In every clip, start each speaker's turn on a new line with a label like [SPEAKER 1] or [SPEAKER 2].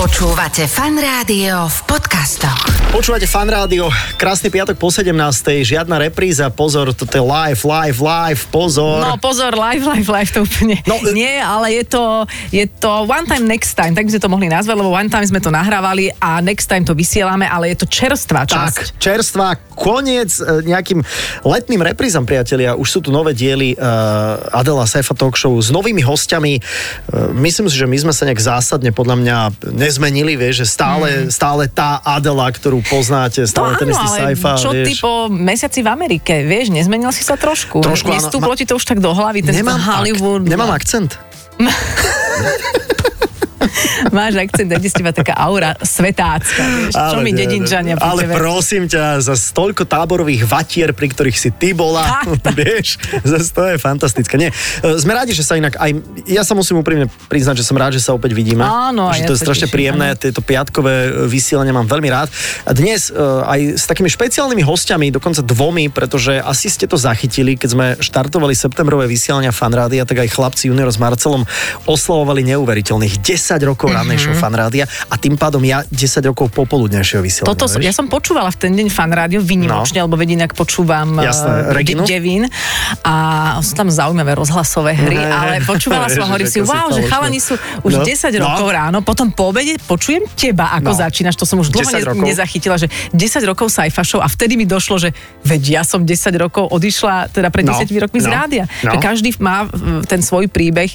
[SPEAKER 1] Počúvate fan rádio v podcastoch.
[SPEAKER 2] Počúvate fan rádio, krásny piatok po 17. Žiadna repríza, pozor, toto je live, live, live, pozor.
[SPEAKER 3] No pozor, live, live, live to úplne
[SPEAKER 2] No, e-
[SPEAKER 3] no, nie, ale je to, je to one time, next time, tak by sme to mohli nazvať, lebo one time sme to nahrávali a next time to vysielame, ale je to čerstvá
[SPEAKER 2] Tak,
[SPEAKER 3] časť.
[SPEAKER 2] čerstvá, koniec e, nejakým letným reprízam, priatelia. Už sú tu nové diely e, Adela Saifa Talk Show s novými hostiami. E, myslím si, že my sme sa nejak zásadne podľa mňa nezmenili, vieš, že stále, stále tá Adela, ktorú poznáte,
[SPEAKER 3] To
[SPEAKER 2] stále ten
[SPEAKER 3] Mm. No áno,
[SPEAKER 2] istý
[SPEAKER 3] ale
[SPEAKER 2] Saifa,
[SPEAKER 3] čo
[SPEAKER 2] vieš.
[SPEAKER 3] ty po mesiaci v Amerike, vieš, nezmenil si sa trošku.
[SPEAKER 2] Trošku, áno.
[SPEAKER 3] Nestúplo
[SPEAKER 2] Ma-
[SPEAKER 3] ti to už tak do hlavy, ten
[SPEAKER 2] Nemám,
[SPEAKER 3] Hollywood. no.
[SPEAKER 2] ak, nemám akcent.
[SPEAKER 3] Máš akcent, je z teba taká aura svetácka, vieš, čo
[SPEAKER 2] Ale
[SPEAKER 3] my
[SPEAKER 2] nie,
[SPEAKER 3] dedinčania
[SPEAKER 2] nie. Ale
[SPEAKER 3] povieme.
[SPEAKER 2] prosím ťa, za toľko táborových vatier, pri ktorých si ty bola,
[SPEAKER 3] Tak,
[SPEAKER 2] vieš, zase to je fantastické. Nie, e, sme rádi, že sa inak aj, ja sa musím úprimne priznať, že som rád, že sa opäť vidíme.
[SPEAKER 3] Áno,
[SPEAKER 2] že
[SPEAKER 3] ja
[SPEAKER 2] to je
[SPEAKER 3] sa
[SPEAKER 2] strašne
[SPEAKER 3] teším,
[SPEAKER 2] príjemné, tieto piatkové e, vysielania mám veľmi rád. A dnes e, aj s takými špeciálnymi hostiami, dokonca dvomi, pretože asi ste to zachytili, keď sme štartovali septembrové vysielania fanrádia, tak aj chlapci junior s Marcelom oslavovali neuveriteľných 10 rokov
[SPEAKER 3] Mhm.
[SPEAKER 2] mm-hmm. ranejšieho fanrádia a tým pádom ja 10 rokov popoludnejšieho vysielania.
[SPEAKER 3] Toto, som-
[SPEAKER 2] vieš?
[SPEAKER 3] ja som počúvala v ten deň fan rádio
[SPEAKER 2] No.
[SPEAKER 3] vynimočne, no. lebo veď inak počúvam
[SPEAKER 2] Jasné,
[SPEAKER 3] eh,
[SPEAKER 2] Reginu?
[SPEAKER 3] De- Devín a sú tam zaujímavé rozhlasové hry,
[SPEAKER 2] Ne,
[SPEAKER 3] ale počúvala som a
[SPEAKER 2] Ježiš,
[SPEAKER 3] hovorím si,
[SPEAKER 2] ako si
[SPEAKER 3] wow, že
[SPEAKER 2] falošná."
[SPEAKER 3] chalani sú už
[SPEAKER 2] No,
[SPEAKER 3] no. 10
[SPEAKER 2] no.
[SPEAKER 3] rokov ráno, potom po obede počujem teba, ako
[SPEAKER 2] No.
[SPEAKER 3] začínaš, to som už dlho
[SPEAKER 2] 10
[SPEAKER 3] ne-
[SPEAKER 2] rokov.
[SPEAKER 3] nezachytila, že 10 rokov sajfašov a vtedy mi došlo, že veď ja som 10 rokov odišla, teda pred
[SPEAKER 2] No,
[SPEAKER 3] 10 rokmi z
[SPEAKER 2] no,
[SPEAKER 3] rádia.
[SPEAKER 2] no.
[SPEAKER 3] Že každý má mm, ten svoj príbeh,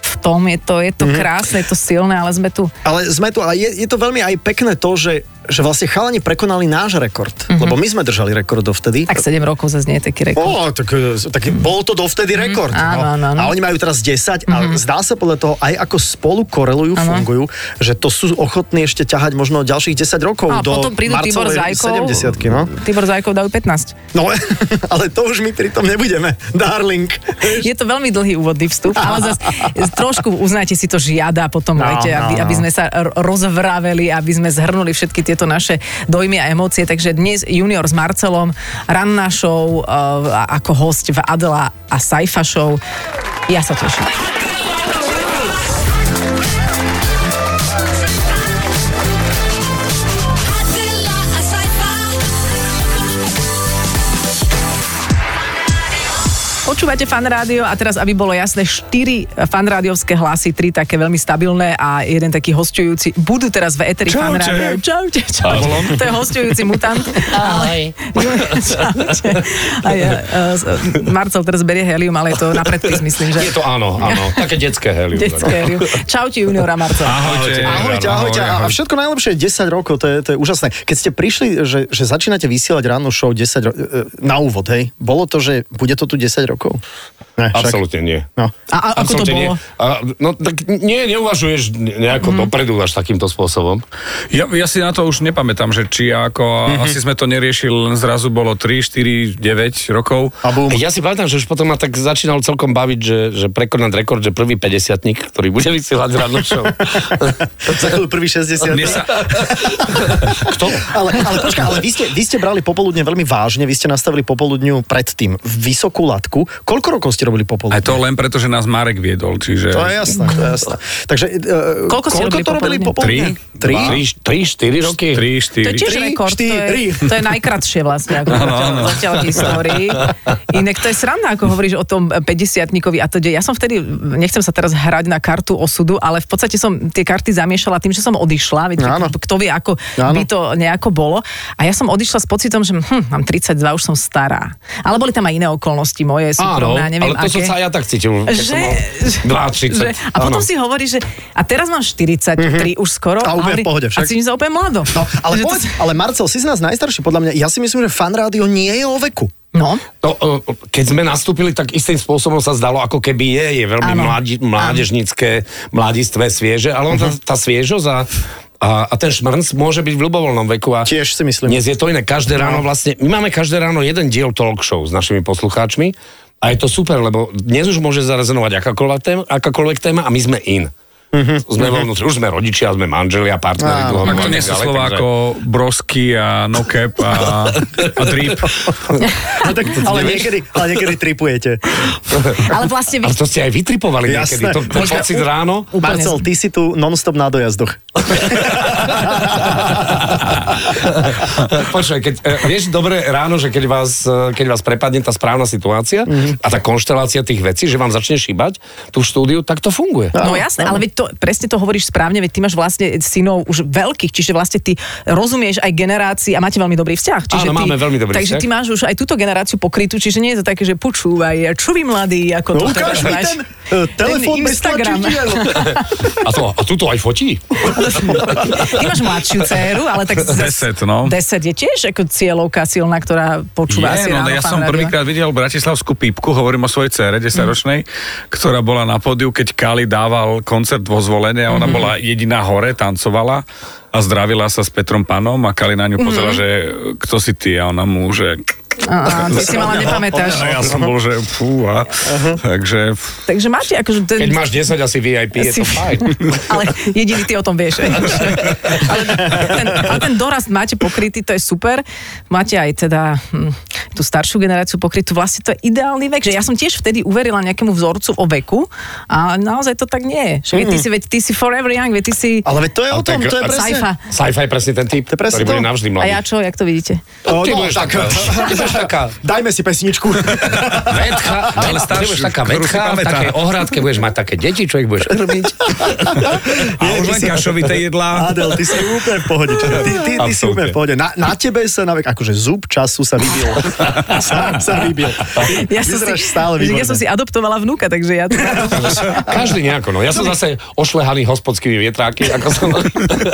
[SPEAKER 3] v tom je to, je to
[SPEAKER 2] Mhm.
[SPEAKER 3] krásne, je to silné, ale sme tu
[SPEAKER 2] Ale sme tu a je, je to veľmi aj pekné to, že, že vlastne chalani prekonali náš rekord, mm-hmm. lebo my sme držali rekord dovtedy.
[SPEAKER 3] Mhm. tak 7 rokov zase nie je taký rekord.
[SPEAKER 2] O, tak, tak bol to dovtedy rekord.
[SPEAKER 3] Mhm.
[SPEAKER 2] no.
[SPEAKER 3] áno, áno, áno.
[SPEAKER 2] A
[SPEAKER 3] Mhm.
[SPEAKER 2] oni majú teraz 10 a zdá sa podľa toho, aj ako spolu korelujú,
[SPEAKER 3] Áno.
[SPEAKER 2] fungujú, že to sú ochotní ešte ťahať možno ďalších 10 rokov
[SPEAKER 3] A
[SPEAKER 2] do
[SPEAKER 3] potom prídu Tibor
[SPEAKER 2] marcovej
[SPEAKER 3] Zajkov,
[SPEAKER 2] 70 no?
[SPEAKER 3] Tibor Zajkov dajú 15.
[SPEAKER 2] no, ale to už my pritom nebudeme, darling.
[SPEAKER 3] Je to veľmi dlhý úvodný vstup, ale zase trošku uznajte si to žiada potom,
[SPEAKER 2] No,
[SPEAKER 3] no, viete,
[SPEAKER 2] no,
[SPEAKER 3] aby,
[SPEAKER 2] no.
[SPEAKER 3] aby sme sa r- rozvraveli, aby sme zhrnuli všetky tieto naše dojmy a emócie. Takže dnes junior s Marcelom, ranná show uh, a- ako host v Adela a Saifa show. Ja sa teším.
[SPEAKER 4] Adela, a
[SPEAKER 3] Počúvate fan rádio a teraz, aby bolo jasné, 4 fan rádiovské hlasy, 3 také veľmi stabilné a jeden taký hostujúci, budú teraz v Eteri fan rádio. Čaute, čaute. To je hostujúci mutant. Ahoj. A ja, eh, s- Marcel teraz berie helium, ale je to na predpis, myslím, že
[SPEAKER 5] Je to áno, áno. Také detské helium.
[SPEAKER 3] detské helium. Čaute juniora Marcel.
[SPEAKER 5] Ahojte.
[SPEAKER 2] Ahojte, ahojte. A a všetko najlepšie je 10 rokov, to je, to je úžasné. Keď ste prišli, že, že začínate vysielať ráno show 10 ro- e, e, na úvod, hej, bolo to, že bude to tu 10 rokov? Ne, však.
[SPEAKER 5] Absolutne nie.
[SPEAKER 2] No.
[SPEAKER 3] A, a ako to
[SPEAKER 5] Absolútne
[SPEAKER 3] bolo? Mhm.
[SPEAKER 5] Nie. A, no tak nie, neuvažuješ nejako dopredu až takýmto spôsobom.
[SPEAKER 6] Ja, ja si na to už nepamätám, že či a ako, a
[SPEAKER 5] Mhm.
[SPEAKER 6] asi sme to neriešili, len zrazu bolo 3, 4, 9 rokov.
[SPEAKER 2] A bum.
[SPEAKER 5] Ja si pamätám, že už potom ma tak začínal celkom baviť, že, že prekonať rekord, že prvý 50 ktorý bude vysielať ráno show.
[SPEAKER 2] Za chvíľu prvý 60.
[SPEAKER 6] Mne sa,
[SPEAKER 5] Kto?
[SPEAKER 2] Ale, ale počkaj, ale vy ste, vy ste brali popoludne veľmi vážne, vy ste nastavili popoludňu predtým vysokú latku. Koľko rokov ste robili
[SPEAKER 6] aj
[SPEAKER 2] popoludne?
[SPEAKER 6] to len preto, že nás Marek viedol, čiže...
[SPEAKER 2] To je jasné, to je jasné. Takže e,
[SPEAKER 3] Koľko ste
[SPEAKER 2] koľko
[SPEAKER 3] robili
[SPEAKER 2] to robili
[SPEAKER 6] popoludne?
[SPEAKER 2] popoludne?
[SPEAKER 5] Tri? Tri, tri, štyri roky?
[SPEAKER 6] 3, 4.
[SPEAKER 3] To je tiež
[SPEAKER 2] Tri,
[SPEAKER 3] rekord, to
[SPEAKER 2] štyri.
[SPEAKER 3] je, to je najkratšie vlastne ako
[SPEAKER 6] Áno,
[SPEAKER 3] zatiaľ,
[SPEAKER 6] áno.
[SPEAKER 3] zatiaľ v histórii. Inak to je sranda, ako hovoríš o tom 50-tníkovi a to, ja som vtedy, nechcem sa teraz hrať na kartu osudu, ale v podstate som tie karty zamiešala tým, že som odišla, viete,
[SPEAKER 2] Áno.
[SPEAKER 3] kto vie, ako
[SPEAKER 2] Áno.
[SPEAKER 3] by to nejako bolo. A ja som odišla s pocitom, že hm, mám 32, už som stará. Ale boli tam aj iné okolnosti moje,
[SPEAKER 5] Áno,
[SPEAKER 3] súkromné, a neviem
[SPEAKER 5] ale to som
[SPEAKER 3] aké.
[SPEAKER 5] sa aj ja tak cítil, keď som
[SPEAKER 3] Že,
[SPEAKER 5] mal
[SPEAKER 3] že-
[SPEAKER 5] 2,30.
[SPEAKER 3] že, a potom
[SPEAKER 5] Áno.
[SPEAKER 3] si hovoríš, že a teraz mám 43 už skoro.
[SPEAKER 2] Mhm. A úplne v
[SPEAKER 3] hovorí-
[SPEAKER 2] pohode však.
[SPEAKER 3] A cítim sa úplne mlado.
[SPEAKER 2] No, ale,
[SPEAKER 3] Že to-
[SPEAKER 2] povedz, ale Marcel, si z nás najstarší, podľa mňa. Ja si myslím, že fan rádio nie je o veku.
[SPEAKER 3] No,
[SPEAKER 5] No, e, keď sme nastúpili, tak istým spôsobom sa zdalo, ako keby je, je veľmi
[SPEAKER 3] Áno. Mhm.
[SPEAKER 5] mládi, mládežnické, mladistvé, svieže, ale on tá, tá sviežosť a, a, a ten šmrnc môže byť v ľubovoľnom veku. A
[SPEAKER 2] Tiež si myslím.
[SPEAKER 5] Dnes je to iné. Každé
[SPEAKER 3] No.
[SPEAKER 5] ráno vlastne, my máme každé ráno jeden diel talk show s našimi poslucháčmi a je to super, lebo dnes už môže zarezonovať akákoľvek téma, akákoľvek téma a my sme in.
[SPEAKER 3] Mhm.
[SPEAKER 5] Sme vo vnútri, už sme rodičia, sme manželia, partneri. dlho,
[SPEAKER 6] Ak to
[SPEAKER 5] dlho,
[SPEAKER 6] nie sú
[SPEAKER 5] ďalej,
[SPEAKER 6] slova
[SPEAKER 5] takže-
[SPEAKER 6] ako brosky a nokep a, a drip.
[SPEAKER 2] No, tak, ale, niekedy, ale niekedy tripujete.
[SPEAKER 3] Ale vlastne vy...
[SPEAKER 5] Ale to ste aj vytripovali
[SPEAKER 2] Jasné.
[SPEAKER 5] niekedy, to, to
[SPEAKER 2] Počkaj,
[SPEAKER 5] pocit ráno.
[SPEAKER 3] Úplne.
[SPEAKER 2] Marcel, ty si tu non-stop na dojazdoch.
[SPEAKER 5] Počkaj, keď, e, vieš dobre ráno, že keď vás, e, keď vás prepadne tá správna situácia
[SPEAKER 2] Mhm.
[SPEAKER 5] a tá konštelácia tých vecí, že vám začne šíbať tú štúdiu, tak to funguje.
[SPEAKER 3] No jasné, ale veď to, presne to hovoríš správne, veď ty máš vlastne synov už veľkých, čiže vlastne ty rozumieš aj generácii a máte veľmi dobrý vzťah. Čiže
[SPEAKER 5] Áno,
[SPEAKER 3] ty,
[SPEAKER 5] máme veľmi dobrý
[SPEAKER 3] Takže
[SPEAKER 5] vzťah.
[SPEAKER 3] ty máš už aj túto generáciu pokrytú, čiže nie je to také, že počúvaj, čo vy mladí, ako to
[SPEAKER 2] No, ukáž mi
[SPEAKER 3] máš.
[SPEAKER 2] ten e, telefón bez
[SPEAKER 3] Instagram.
[SPEAKER 5] A, to, a tu to aj fotí.
[SPEAKER 3] Ty máš mladšiu dceru, ale tak... zas-
[SPEAKER 6] 10, no.
[SPEAKER 3] 10 je tiež ako cieľovka silná, ktorá počúva asi
[SPEAKER 6] Je, no,
[SPEAKER 3] ráno
[SPEAKER 6] ja
[SPEAKER 3] fan
[SPEAKER 6] som
[SPEAKER 3] rádia.
[SPEAKER 6] prvýkrát videl bratislavskú pípku, hovorím o svojej cére 10-ročnej, ktorá bola na pódiu, keď Kali dával koncert vo zvolenie a ona bola jediná hore, tancovala a zdravila sa s Petrom Panom a Kali na ňu pozerala, že kto si ty a ona mu, že...
[SPEAKER 3] Á, ty si mala nepamätáš.
[SPEAKER 6] A ja som bol, že fú, a, Uh-huh. takže...
[SPEAKER 3] Takže máte akože... ten-
[SPEAKER 5] Keď máš 10 asi VIP, je to
[SPEAKER 3] Si-
[SPEAKER 5] fajn.
[SPEAKER 3] Ale jediný ty o tom vieš. hej. ale, ten, ale ten dorast máte pokrytý, to je super. Máte aj teda hm, tú staršiu generáciu pokrytú. Vlastne to je ideálny vek. Že ja som tiež vtedy uverila nejakému vzorcu o veku a naozaj to tak nie je. Že veď ty, si, veď ty si forever young, veď ty si...
[SPEAKER 2] Hm. Ale veď to je o
[SPEAKER 5] Ale
[SPEAKER 2] tom,
[SPEAKER 5] tak-
[SPEAKER 2] to je
[SPEAKER 5] a-
[SPEAKER 2] presne...
[SPEAKER 3] Saifa.
[SPEAKER 5] Sci-fi je presne ten typ,
[SPEAKER 2] To je presne
[SPEAKER 5] ktorý bude
[SPEAKER 2] to.
[SPEAKER 5] navždy
[SPEAKER 3] A
[SPEAKER 5] mladý.
[SPEAKER 3] ja čo, jak to vidíte?
[SPEAKER 2] O,
[SPEAKER 5] Ty
[SPEAKER 2] no,
[SPEAKER 5] budeš
[SPEAKER 2] tak,
[SPEAKER 5] taká, ty budeš taká
[SPEAKER 2] dajme si pesničku.
[SPEAKER 5] vedcha, ale
[SPEAKER 6] starší,
[SPEAKER 5] starší, budeš taká
[SPEAKER 6] ktorú si
[SPEAKER 5] vedcha, v
[SPEAKER 6] pamätá.
[SPEAKER 5] takej ohradke budeš mať také deti, čo ich budeš krmiť.
[SPEAKER 6] A
[SPEAKER 2] Nie,
[SPEAKER 6] už
[SPEAKER 2] ty
[SPEAKER 6] len
[SPEAKER 2] si-
[SPEAKER 6] kašovité jedlá.
[SPEAKER 2] Adel, ty si úplne v pohode. Čo? Ty, ty, ty si
[SPEAKER 6] Absolútne.
[SPEAKER 2] úplne v pohode. Na, na tebe sa na vek, akože zub času sa vybil. Sám sa vybil.
[SPEAKER 3] Ja som, si,
[SPEAKER 2] Vyzeráš stále výborne.
[SPEAKER 3] ja som si adoptovala vnúka, takže ja...
[SPEAKER 5] Každý nejako, no. Ja som zase ošlehaný hospodskými vietráky, ako som...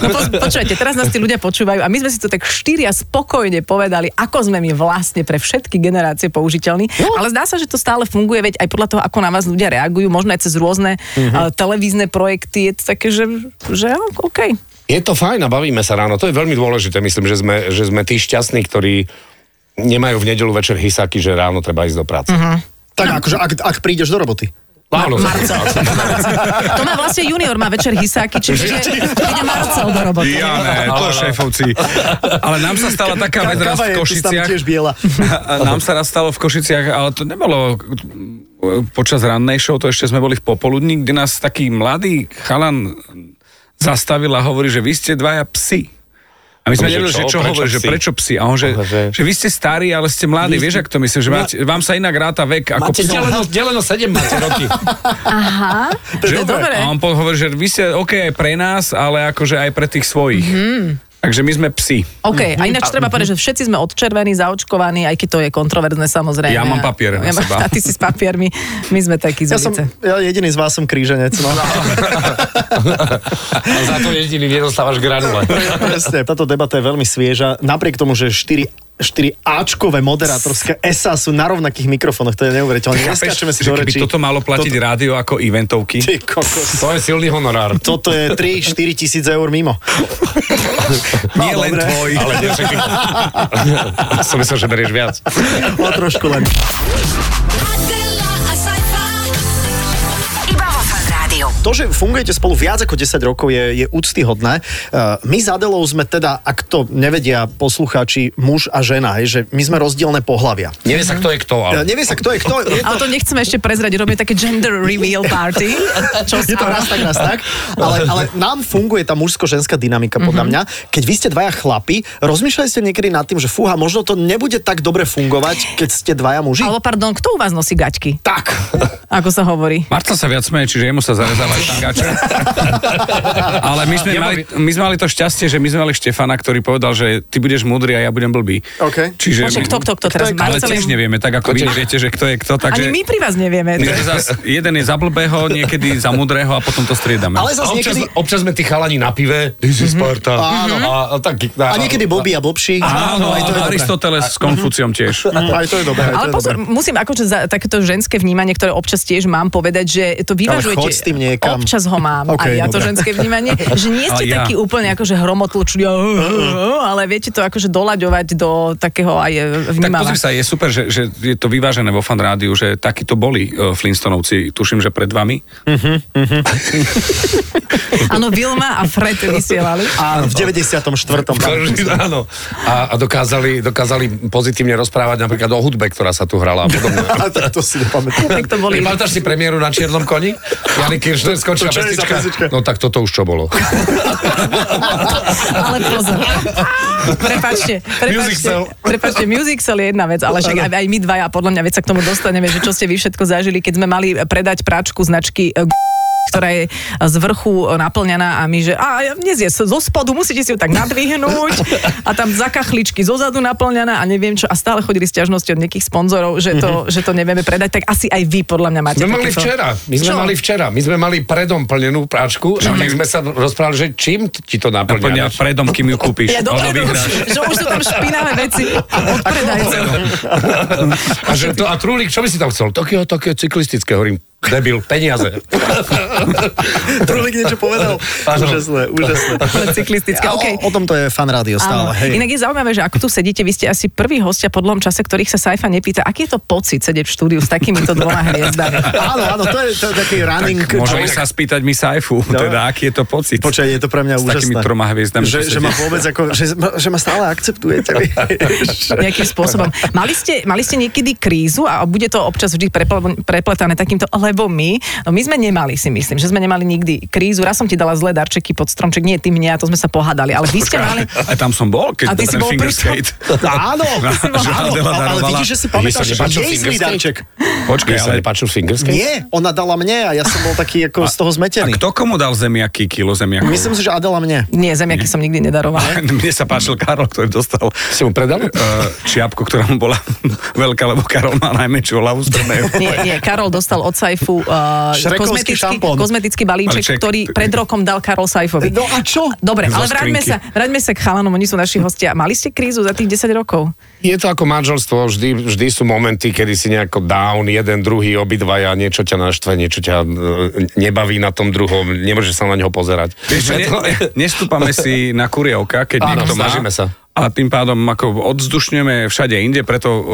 [SPEAKER 3] No po, počujete, teraz nás tí ľudia počúvajú a my sme si to tak štyria spokojne povedali, ako sme my vlastne pre všetky generácie použiteľní. No. Ale zdá sa, že to stále funguje, veď aj podľa toho, ako na vás ľudia reagujú, možno aj cez rôzne
[SPEAKER 6] Mhm.
[SPEAKER 3] uh, televízne projekty, je to také, že, že OK.
[SPEAKER 5] Je to fajn a bavíme sa ráno. To je veľmi dôležité. Myslím, že sme, že sme tí šťastní, ktorí nemajú v nedelu večer hysaky, že ráno treba ísť do práce. Uh-huh.
[SPEAKER 2] Tak akože, ak, ak prídeš do roboty.
[SPEAKER 5] Áno,
[SPEAKER 3] Marcel. To má vlastne junior, má večer hysáky, čiže ide- ide Marcel do roboty.
[SPEAKER 6] Ja ne, to
[SPEAKER 5] Ale-
[SPEAKER 6] šéfovci. Ale nám sa stala taká
[SPEAKER 2] Ka-
[SPEAKER 6] vec raz
[SPEAKER 2] káva
[SPEAKER 6] v
[SPEAKER 2] je tu tam
[SPEAKER 6] Košiciach.
[SPEAKER 2] tiež biela.
[SPEAKER 6] A Nám sa raz stalo v Košiciach, ale to nebolo e, počas rannej show, to ešte sme boli v popoludní, kde nás taký mladý chalan zastavil a hovorí, že vy ste dvaja psi. A my sme
[SPEAKER 5] Že
[SPEAKER 6] nevedeli,
[SPEAKER 5] čo?
[SPEAKER 6] že čo
[SPEAKER 5] Prečo
[SPEAKER 6] hovorí, že
[SPEAKER 5] psi?
[SPEAKER 6] prečo psi. A on, že,
[SPEAKER 5] Aha, že-
[SPEAKER 6] že vy ste starí, ale ste mladí. Vieš, ak to myslím, že máte, vám sa inak ráta vek ako
[SPEAKER 5] Máte
[SPEAKER 6] psi.
[SPEAKER 5] deleno, deleno 7 máte roky.
[SPEAKER 3] Aha, to je dobré.
[SPEAKER 6] A on po- hovorí, že vy ste OK aj pre nás, ale akože aj pre tých svojich. Takže my sme psi.
[SPEAKER 3] OK, a
[SPEAKER 6] Mhm.
[SPEAKER 3] ináč treba povedať, že všetci sme odčervení, zaočkovaní, aj keď to je kontroverzné samozrejme.
[SPEAKER 6] Ja mám papiere na
[SPEAKER 3] Ja mám-
[SPEAKER 6] seba.
[SPEAKER 3] A ty si s papiermi, my sme takí z
[SPEAKER 2] Ja som,
[SPEAKER 3] ulice.
[SPEAKER 2] ja jediný z vás som kríženec. No.
[SPEAKER 5] A za to jediný nedostávaš granule.
[SPEAKER 2] Presne, táto debata je veľmi svieža. Napriek tomu, že 4 4 Ačkové moderátorské SA sú na rovnakých mikrofonoch, to je neuveriteľné. Neskáčeme si
[SPEAKER 6] že
[SPEAKER 2] do
[SPEAKER 6] keby
[SPEAKER 2] rečí.
[SPEAKER 6] toto malo platiť
[SPEAKER 2] Toto-
[SPEAKER 6] rádio ako eventovky,
[SPEAKER 2] Ty kokos.
[SPEAKER 5] To je silný honorár.
[SPEAKER 2] Toto je 3-4 tisíc eur mimo.
[SPEAKER 6] nie
[SPEAKER 2] no,
[SPEAKER 6] len
[SPEAKER 2] dobre.
[SPEAKER 6] tvoj.
[SPEAKER 5] Ale nie, však... Som myslel, že berieš viac.
[SPEAKER 2] O trošku len.
[SPEAKER 4] Adela, a
[SPEAKER 1] Iba vo Fan Rádiu.
[SPEAKER 2] To, že fungujete spolu viac ako 10 rokov je, je úctyhodné. Eh, My s Adelou sme teda, ak to nevedia poslucháči, muž a žena, hej, že my sme rozdielne pohlavia.
[SPEAKER 5] Nevie sa, kto je kto, ale...
[SPEAKER 2] Eh, Nevie sa, kto je kto. Je to,
[SPEAKER 3] Ale to nechceme ešte prezradiť, robíme také gender reveal party. Čo
[SPEAKER 2] je to
[SPEAKER 3] sa-
[SPEAKER 2] raz tak, raz tak. Ale, ale nám funguje tá mužsko-ženská dynamika, podľa mňa. Keď vy ste dvaja chlapi, rozmýšľali ste niekedy nad tým, že fúha, možno to nebude tak dobre fungovať, keď ste dvaja muži?
[SPEAKER 3] Alebo pardon, kto u vás nosí gaťky?
[SPEAKER 2] Tak.
[SPEAKER 3] Ako sa hovorí?
[SPEAKER 6] Marta sa viac smeje, čiže jemu sa zarezala aj tangače. Ale my sme, mali, my sme mali to šťastie, že my sme mali Štefana, ktorý povedal, že ty budeš múdry a ja budem blbý.
[SPEAKER 2] OK.
[SPEAKER 6] Čiže...
[SPEAKER 3] Počkaj, kto, kto, kto teraz?
[SPEAKER 6] Ale
[SPEAKER 3] Marcel
[SPEAKER 6] tiež
[SPEAKER 3] je-
[SPEAKER 6] nevieme, tak ako vy neviete, že kto je kto,
[SPEAKER 3] Ani
[SPEAKER 6] takže...
[SPEAKER 3] my pri vás nevieme.
[SPEAKER 6] my sme zas, jeden je za blbého, niekedy za múdreho a potom to striedame.
[SPEAKER 2] Ale
[SPEAKER 5] A
[SPEAKER 2] zase
[SPEAKER 5] občas,
[SPEAKER 2] niekedy...
[SPEAKER 5] občas sme tí chalani na pive. This is Sparta.
[SPEAKER 2] Áno.
[SPEAKER 5] A, Mhm. a, tak,
[SPEAKER 2] A niekedy blbý a blbší.
[SPEAKER 6] Áno,
[SPEAKER 2] aj to je dobré.
[SPEAKER 6] Aristoteles s Konfuciom tiež.
[SPEAKER 2] Aj to je dobré. aj to
[SPEAKER 3] Ale
[SPEAKER 2] je
[SPEAKER 3] pozor,
[SPEAKER 2] dobré.
[SPEAKER 3] musím akože za takéto ženské vnímanie, ktoré občas tiež mám povedať, že to
[SPEAKER 2] Ale
[SPEAKER 3] vyvažujete.
[SPEAKER 2] choď s tým niekam.
[SPEAKER 3] Občas ho mám,
[SPEAKER 2] Ok,
[SPEAKER 3] okay, aj ja to
[SPEAKER 2] dobre.
[SPEAKER 3] ženské vnímanie, že nie ste
[SPEAKER 6] Ale ja-
[SPEAKER 3] taký úplne akože hromotlučný, a- ale viete to akože doľaďovať do takého aj e,
[SPEAKER 6] Tak
[SPEAKER 3] vnímava.
[SPEAKER 6] pozri sa, je super, že, že je to vyvážené vo fan rádiu, že takí to boli uh, Flintstonovci, tuším, že pred vami.
[SPEAKER 3] Áno, Vilma a Fred vysielali.
[SPEAKER 2] A v 94.
[SPEAKER 5] Koži, áno. A, a dokázali, dokázali pozitívne rozprávať napríklad o hudbe, ktorá sa tu hrala a podobne.
[SPEAKER 2] A tak to si nepamätám.
[SPEAKER 3] Tak to boli...
[SPEAKER 5] Pamätáš si premiéru na Čiernom koni? Jani Kiršner skočila
[SPEAKER 2] To čo je za pesnička?
[SPEAKER 5] pesnička. No tak toto už čo bolo.
[SPEAKER 3] Ale pozor. Prepačte,
[SPEAKER 5] Music
[SPEAKER 3] prepačte,
[SPEAKER 5] Cell.
[SPEAKER 3] prepačte, music cell je jedna vec, ale však aj, aj my dvaja, podľa mňa, veď sa k tomu dostaneme, že čo ste vy všetko zažili, keď sme mali predať práčku značky eh, ktorá je z vrchu eh, naplňaná a my, že a dnes je zo spodu, musíte si ju tak nadvihnúť a tam za kachličky zo zadu naplňaná a neviem čo a stále chodili sťažnosti od nejakých sponzorov, že to, že to nevieme predať, tak asi aj vy podľa mňa máte
[SPEAKER 5] My Mhm. sme mali
[SPEAKER 3] takéto-
[SPEAKER 5] včera. My sme
[SPEAKER 3] Čo?
[SPEAKER 5] mali včera. My sme mali predom plnenú práčku a my sme sa rozprávali, že čím ti to
[SPEAKER 6] Plňa
[SPEAKER 5] naplňa.
[SPEAKER 6] predom, kým ju kúpiš.
[SPEAKER 3] Ja dobre,
[SPEAKER 6] alebo vyhráš.
[SPEAKER 3] že už sú tam špinavé veci od predajcov.
[SPEAKER 5] A, že to, a Trulík, čo by si tam chcel? Tokio, Tokio, cyklistické, hovorím. Debil, peniaze.
[SPEAKER 2] Trulík niečo povedal.
[SPEAKER 5] Áno.
[SPEAKER 2] Úžasné, úžasné.
[SPEAKER 3] Ale cyklistické,
[SPEAKER 2] A
[SPEAKER 3] okej.
[SPEAKER 2] O, o tom to je fan rádio stále. Hej.
[SPEAKER 3] Inak je zaujímavé, že ako tu sedíte, vy ste asi prvý hostia po dlhom čase, ktorých sa Saifa nepýta, aký je to pocit sedieť v štúdiu s takýmito dvoma hviezdami.
[SPEAKER 2] Áno, áno, to je, to je taký running...
[SPEAKER 6] Môžeme
[SPEAKER 2] joke.
[SPEAKER 6] sa spýtať mi Saifu,
[SPEAKER 5] No.
[SPEAKER 6] teda aký je to pocit.
[SPEAKER 2] Počkaj, je to pre mňa
[SPEAKER 6] S
[SPEAKER 2] úžasné.
[SPEAKER 6] takými troma hviezdami,
[SPEAKER 2] Že, že,
[SPEAKER 6] čo
[SPEAKER 2] ma
[SPEAKER 6] sedí.
[SPEAKER 2] vôbec ako, že, ma- že ma stále akceptujete. vieš.
[SPEAKER 3] nejakým spôsobom. Mali ste, mali ste niekedy krízu a bude to občas vždy prepl- prepletané takýmto, lebo my, no my sme nemali si myslím, že sme nemali nikdy krízu. Raz som ti dala zlé darčeky pod stromček, nie ty mne, a to sme sa pohádali, ale vy ste mali...
[SPEAKER 6] A tam som bol,
[SPEAKER 3] A
[SPEAKER 6] keď
[SPEAKER 3] ty si
[SPEAKER 6] ten
[SPEAKER 3] bol
[SPEAKER 6] finger
[SPEAKER 3] pri tom.
[SPEAKER 6] skate.
[SPEAKER 2] Áno,
[SPEAKER 6] Že
[SPEAKER 2] áno,
[SPEAKER 6] Adela
[SPEAKER 2] ale
[SPEAKER 6] darovala.
[SPEAKER 2] vidíš, že si
[SPEAKER 5] Mne sa
[SPEAKER 2] pamätáš, že
[SPEAKER 5] nepáčil
[SPEAKER 2] jej zlý
[SPEAKER 5] fingerskate.
[SPEAKER 2] darček.
[SPEAKER 6] Počkaj,
[SPEAKER 5] Mne sa
[SPEAKER 6] ale
[SPEAKER 5] nepačil fingerskate?
[SPEAKER 2] Nie, ona dala mne a ja som bol taký ako z toho
[SPEAKER 6] a
[SPEAKER 2] zmetený.
[SPEAKER 6] kto komu dal zemiaky, kilo zemiakov?
[SPEAKER 2] Myslím si, že Adela mne.
[SPEAKER 3] Nie, zemiaky som nikdy nedarovala.
[SPEAKER 6] Mne sa páčil Karol, ktorý dostal
[SPEAKER 5] Si mu predal?
[SPEAKER 6] eh, čiapku, ktorá mu bola veľká, lebo Karol má najmenšiu hlavu z turnaja.
[SPEAKER 3] Nie, nie, Karol dostal od Saifu uh,
[SPEAKER 2] Šrekovský
[SPEAKER 3] kozmetický,
[SPEAKER 2] šampón.
[SPEAKER 3] kozmetický balíček,
[SPEAKER 6] Balíček.
[SPEAKER 3] ktorý pred rokom dal Karol Saifovi.
[SPEAKER 2] No a čo?
[SPEAKER 3] Dobre,
[SPEAKER 6] Zo
[SPEAKER 3] ale vráťme
[SPEAKER 6] skrinky.
[SPEAKER 3] sa, vráťme sa k chalanom, oni sú naši hostia. Mali ste krízu za tých 10 rokov?
[SPEAKER 5] Je to ako manželstvo, vždy, vždy sú momenty, kedy si nejako down, jeden, druhý, obidvaja, niečo ťa naštve, niečo ťa e, nebaví na tom druhom, nemôžeš sa na neho pozerať.
[SPEAKER 6] Vieš, čo, ne, nestúpame si na kurievka, keď
[SPEAKER 5] Áno,
[SPEAKER 6] niekto má.
[SPEAKER 5] snažíme sa.
[SPEAKER 6] A tým pádom ako odzdušňujeme všade inde, preto uh,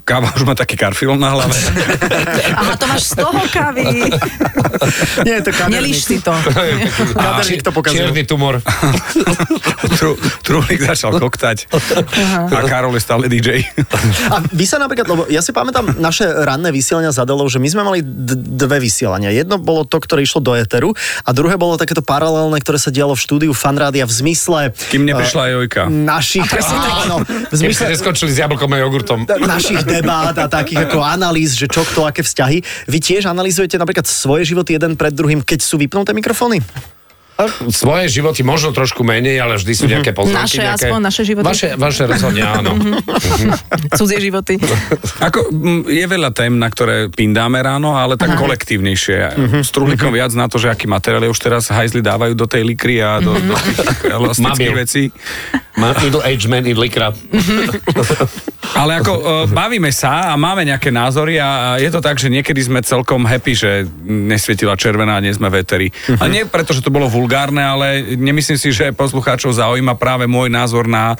[SPEAKER 6] káva už má taký karfilom na hlave.
[SPEAKER 3] Aha, to máš z toho kávy.
[SPEAKER 2] Nie, to kaderník.
[SPEAKER 3] Nelíš si to.
[SPEAKER 2] Kaderník to pokazil.
[SPEAKER 5] Čierny tumor.
[SPEAKER 6] Tru, trulík začal koktať. A Karol je stále DJ.
[SPEAKER 2] A vy sa napríklad, lebo ja si pamätám naše ranné vysielania za Delou, že my sme mali d- dve vysielania. Jedno bolo to, ktoré išlo do éteru a druhé bolo takéto paralelné, ktoré sa dialo v štúdiu Fanrádia v zmysle eh,
[SPEAKER 6] Kým neprišla Jojka.
[SPEAKER 2] našich... Áno, v
[SPEAKER 5] Keď ste
[SPEAKER 2] zmysle
[SPEAKER 5] neskončili s jablkom a jogurtom.
[SPEAKER 2] našich debát a takých ako analýz, že čo kto, aké vzťahy. Vy tiež analýzujete napríklad svoje životy jeden pred druhým, keď sú vypnuté mikrofóny?
[SPEAKER 5] Svoje životy možno trošku menej, ale vždy sú nejaké poznámky.
[SPEAKER 3] Naše
[SPEAKER 5] nejaké...
[SPEAKER 3] aspoň, naše životy. Mhm.
[SPEAKER 5] Vaše, vaše rozhodne, áno.
[SPEAKER 3] Cudzie životy.
[SPEAKER 6] Ako, m, je veľa tém, na ktoré pindáme ráno, ale tak kolektívnejšie. S Trulikom viac na to, že aký materiál je už teraz hajzli dávajú do tej likry a do, do tých elastických
[SPEAKER 5] Mabil.
[SPEAKER 6] vecí.
[SPEAKER 5] Má middle-aged man in likra.
[SPEAKER 6] Ale ako uh, bavíme sa a máme nejaké názory a, a je to tak, že niekedy sme celkom happy, že nesvietila červená a nie sme veteri. A nie preto, že to bolo vulgárne, ale nemyslím si, že poslucháčov zaujíma práve môj názor na...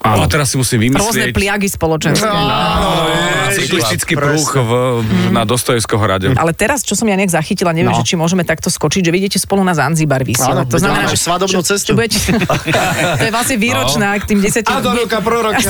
[SPEAKER 6] Áno. teraz si musím
[SPEAKER 3] Rôzne
[SPEAKER 6] vymyslieť.
[SPEAKER 3] pliagy spoločenské.
[SPEAKER 6] Áno, cyklistický prúch v, na Dostojevského hrade.
[SPEAKER 3] Ale teraz, čo som ja nejak zachytila, neviem,
[SPEAKER 2] No.
[SPEAKER 3] že či môžeme takto skočiť, že vidíte spolu na Zanzibar
[SPEAKER 2] Áno,
[SPEAKER 3] vysielať. to znamená,
[SPEAKER 2] áno,
[SPEAKER 3] že
[SPEAKER 2] svadobnú
[SPEAKER 3] čo-
[SPEAKER 2] cestu. No.
[SPEAKER 3] Čo budete, to je vlastne výročná k tým 10
[SPEAKER 5] proroka.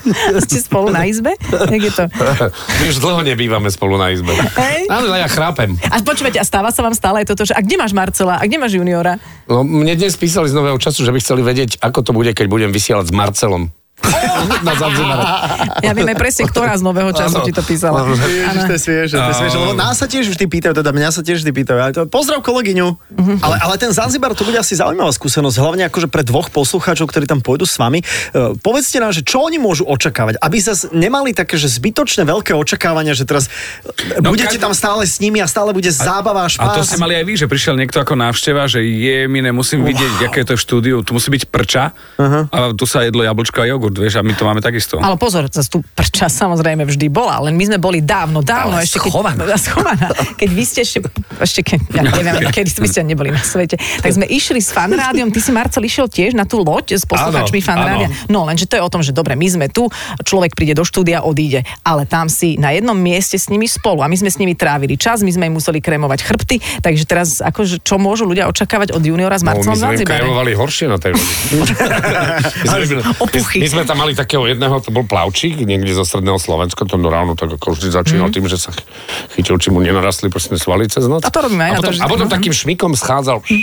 [SPEAKER 3] Ste spolu na izbe? Jak je to?
[SPEAKER 5] My už dlho nebývame spolu na izbe.
[SPEAKER 3] Hej?
[SPEAKER 5] Ale ja chrápem.
[SPEAKER 3] A počúvate, a stáva sa vám stále aj toto, že a kde máš Marcela, a kde máš juniora?
[SPEAKER 5] No, mne dnes písali z Nového času, že by chceli vedieť, ako to bude, keď budem vysielať s Marcelom. na Zanzibare.
[SPEAKER 3] Ja viem aj presne, ktorá z nového času
[SPEAKER 5] Áno.
[SPEAKER 3] ti to písala.
[SPEAKER 5] Áno.
[SPEAKER 2] Ježiš, to je svieže, to je svieže, lebo nás sa tiež vždy pýtajú, teda mňa sa tiež vždy pýtajú. Ale to, pozdrav kolegyňu. Ale, ale ten Zanzibar, to bude asi zaujímavá skúsenosť, hlavne akože pre dvoch poslucháčov, ktorí tam pôjdu s vami. E, povedzte nám, že čo oni môžu očakávať, aby sa nemali také, že zbytočné veľké očakávania, že teraz e,
[SPEAKER 6] No,
[SPEAKER 2] budete
[SPEAKER 6] každý-
[SPEAKER 2] tam stále s nimi a stále bude zábava a špás.
[SPEAKER 6] A to ste mali aj vy, že prišiel niekto ako návšteva, že je, my nemusím vidieť, aké to je v štúdiu, tu musí byť prča a tu sa jedlo jablčko a jogurt. furt, vieš, a my to máme takisto.
[SPEAKER 3] Ale pozor, zase tu prča samozrejme vždy bola, len my sme boli dávno, dávno.
[SPEAKER 7] Ale
[SPEAKER 3] ešte
[SPEAKER 7] schovaná.
[SPEAKER 3] Keď, schovaná. Keď vy ste ešte, ešte keď, ja neviem, kedy vy ste neboli na svete, tak sme išli s fanrádiom, ty si Marcel išiel tiež na tú loď s posluchačmi
[SPEAKER 6] Áno,
[SPEAKER 3] fanrádia. No lenže to je o tom, že dobre, my sme tu, človek príde do štúdia, odíde, ale tam si na jednom mieste s nimi spolu a my sme s nimi trávili čas, my sme im museli krémovať chrbty, takže teraz akože, čo môžu ľudia očakávať od juniora s
[SPEAKER 5] No, my
[SPEAKER 3] Marcelom
[SPEAKER 5] sme im
[SPEAKER 3] Zanzibare?
[SPEAKER 5] kajmovali horšie na tej lodi. my, sme,
[SPEAKER 3] Opuchy.
[SPEAKER 5] my sme tam mali takého jedného, to bol plavčík, niekde zo stredného Slovenska, to ráno tak ako vždy začínal mm. tým, že sa ch- chytil, či mu nenarastli proste svaly cez noc.
[SPEAKER 3] Mhm. A to no. Mhm. robíme aj
[SPEAKER 5] a
[SPEAKER 3] na to,
[SPEAKER 5] potom,
[SPEAKER 3] že
[SPEAKER 5] a
[SPEAKER 3] tak
[SPEAKER 5] potom
[SPEAKER 3] môžem.
[SPEAKER 5] takým šmikom schádzal
[SPEAKER 3] Mhm.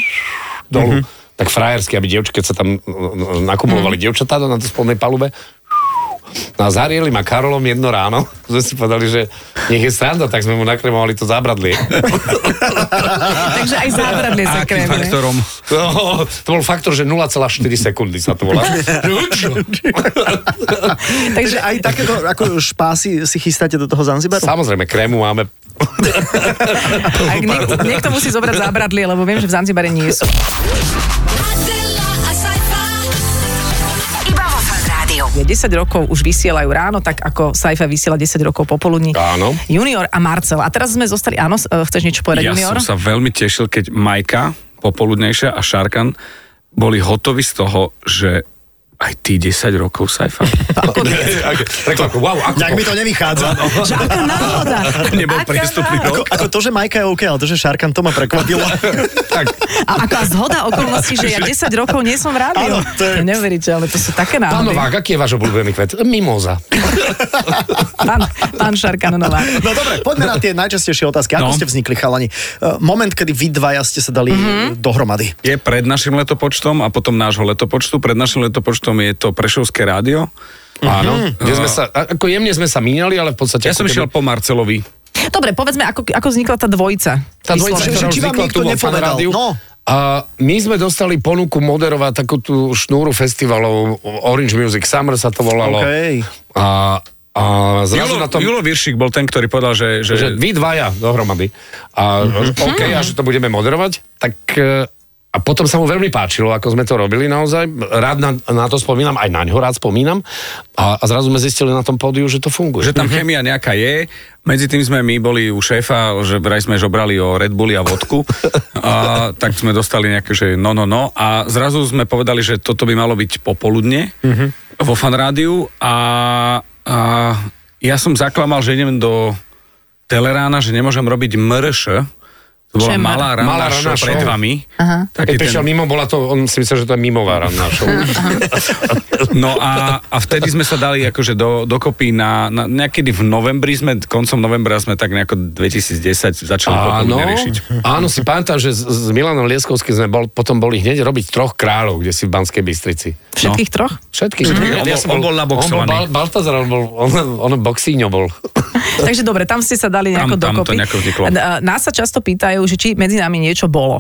[SPEAKER 5] dolu. Tak frajersky, aby dievčky, keď sa tam no, no, nakumulovali dievčatá na tej spodnej palube, No a s Arielom a Karolom jedno ráno sme si povedali, že nech je sranda, tak sme mu nakremovali to zábradlie.
[SPEAKER 3] Takže aj zábradlie sa
[SPEAKER 6] A akým
[SPEAKER 3] krémuje.
[SPEAKER 6] faktorom?
[SPEAKER 5] No, to bol faktor, že 0,4 sekundy sa to volá. Že uč.
[SPEAKER 2] Takže aj takéto ako špásy si chystáte do toho Zanzibaru?
[SPEAKER 5] Samozrejme, krému máme.
[SPEAKER 3] Ak niekto, niekto musí zobrať zábradlie, lebo viem, že v Zanzibare nie sú.
[SPEAKER 4] Adela, a
[SPEAKER 1] Iba vo Fan Rádiu.
[SPEAKER 3] 10 rokov už vysielajú ráno, tak ako Saifa vysiela 10 rokov popoludní.
[SPEAKER 5] Áno.
[SPEAKER 3] Junior a Marcel. A teraz sme zostali, áno, s- e, chceš niečo povedať,
[SPEAKER 6] Ja
[SPEAKER 3] Junior?
[SPEAKER 6] som sa veľmi tešil, keď Majka, popoludnejšia a Šarkan boli hotovi z toho, že aj ty 10 rokov Saifa.
[SPEAKER 5] Tak ako, wow, ako
[SPEAKER 2] Tak mi to nevychádza.
[SPEAKER 6] No.
[SPEAKER 3] Že aká náhoda.
[SPEAKER 6] Nebol
[SPEAKER 3] Aká
[SPEAKER 6] prístupný
[SPEAKER 3] náhoda.
[SPEAKER 6] rok.
[SPEAKER 2] Ako to, že Majka je OK, ale to, že Šarkan to ma prekvapilo.
[SPEAKER 6] Tak,
[SPEAKER 3] A aká zhoda okolností, že ja 10 rokov nie som v rádiu.
[SPEAKER 2] Áno, to je-
[SPEAKER 3] Neveríte, ale to sú také
[SPEAKER 5] Pán
[SPEAKER 3] náhody.
[SPEAKER 5] Novák, aký je váš obľúbený kvet? Mimoza.
[SPEAKER 3] Pán, pán Šarkan Novák.
[SPEAKER 2] No dobre, poďme na tie najčastejšie otázky. Ako
[SPEAKER 6] No.
[SPEAKER 2] ste vznikli, chalani? Eh, Moment, kedy vy dvaja ste sa dali eh,
[SPEAKER 3] Mhm.
[SPEAKER 2] dohromady.
[SPEAKER 6] je pred našim letopočtom a potom nášho letopočtu. Pred našim letopočtom je to Prešovské rádio.
[SPEAKER 2] Mhm.
[SPEAKER 5] Áno. Kde sme sa, a- ako jemne sme sa míňali, ale v podstate...
[SPEAKER 6] Ja
[SPEAKER 5] ako
[SPEAKER 6] som išiel po Marcelovi.
[SPEAKER 3] Dobre, povedzme, ako, ako vznikla tá dvojica.
[SPEAKER 5] Tá dvojica,
[SPEAKER 2] Že-
[SPEAKER 5] ktorá
[SPEAKER 2] že
[SPEAKER 5] už
[SPEAKER 2] či vám
[SPEAKER 5] vznikla
[SPEAKER 2] niekto
[SPEAKER 5] tu vo
[SPEAKER 2] nepovedal?
[SPEAKER 5] Fanrádiu.
[SPEAKER 2] No.
[SPEAKER 5] A my sme dostali ponuku moderovať takú tú šnúru festivalov Orange Music Summer sa to volalo.
[SPEAKER 2] Okej.
[SPEAKER 5] A, a zrazu
[SPEAKER 6] Julo,
[SPEAKER 5] na tom...
[SPEAKER 6] Julo Viršik bol ten, ktorý povedal, že, že, Mhm.
[SPEAKER 5] že vy dvaja dohromady. A OK, a že to budeme moderovať, tak e, a potom sa mu veľmi páčilo, ako sme to robili naozaj. Rád na, na to spomínam, aj na ňo rád spomínam. A, a zrazu sme zistili na tom pódiu, že to funguje.
[SPEAKER 6] že tam chemia nejaká je. Medzi tým sme my boli u šéfa, že vraj sme žobrali o Red Bulli a vodku. A, tak sme dostali nejaké, že no, no, no. A zrazu sme povedali, že toto by malo byť popoludne vo fanrádiu. A, a ja som zaklamal, že idem do Telerána, že nemôžem robiť MRŠ. To bola
[SPEAKER 3] Čo je
[SPEAKER 6] malá
[SPEAKER 5] mr-
[SPEAKER 6] ranná
[SPEAKER 5] Malá ranná
[SPEAKER 6] show pred
[SPEAKER 5] show.
[SPEAKER 6] vami.
[SPEAKER 3] Aha.
[SPEAKER 5] Keď prišiel mimo, bola to, on si myslel, že to je mimová ranná show.
[SPEAKER 6] No a, a vtedy sme sa dali akože do, dokopy na, na niekedy v novembri sme, koncom novembra sme tak nejako 2010 začali
[SPEAKER 5] Áno,
[SPEAKER 6] popoludne riešiť.
[SPEAKER 5] no, áno, si pamätám, že s, s Milanom Lieskovským sme bol, potom boli hneď robiť troch kráľov, kde si v Banskej Bystrici. no.
[SPEAKER 3] Všetkých troch?
[SPEAKER 5] Všetky.
[SPEAKER 6] Mhm. Ja som- on bol
[SPEAKER 5] On bol
[SPEAKER 6] naboxovaný.
[SPEAKER 5] Bal- Baltazar, on bol, on, on boxíňo bol.
[SPEAKER 3] Takže dobre, tam ste sa dali nejako
[SPEAKER 6] Tam- tam to
[SPEAKER 3] dokopy.
[SPEAKER 6] nejako vzniklo.
[SPEAKER 3] N- Nás sa často pýtajú, že či medzi nami niečo bolo.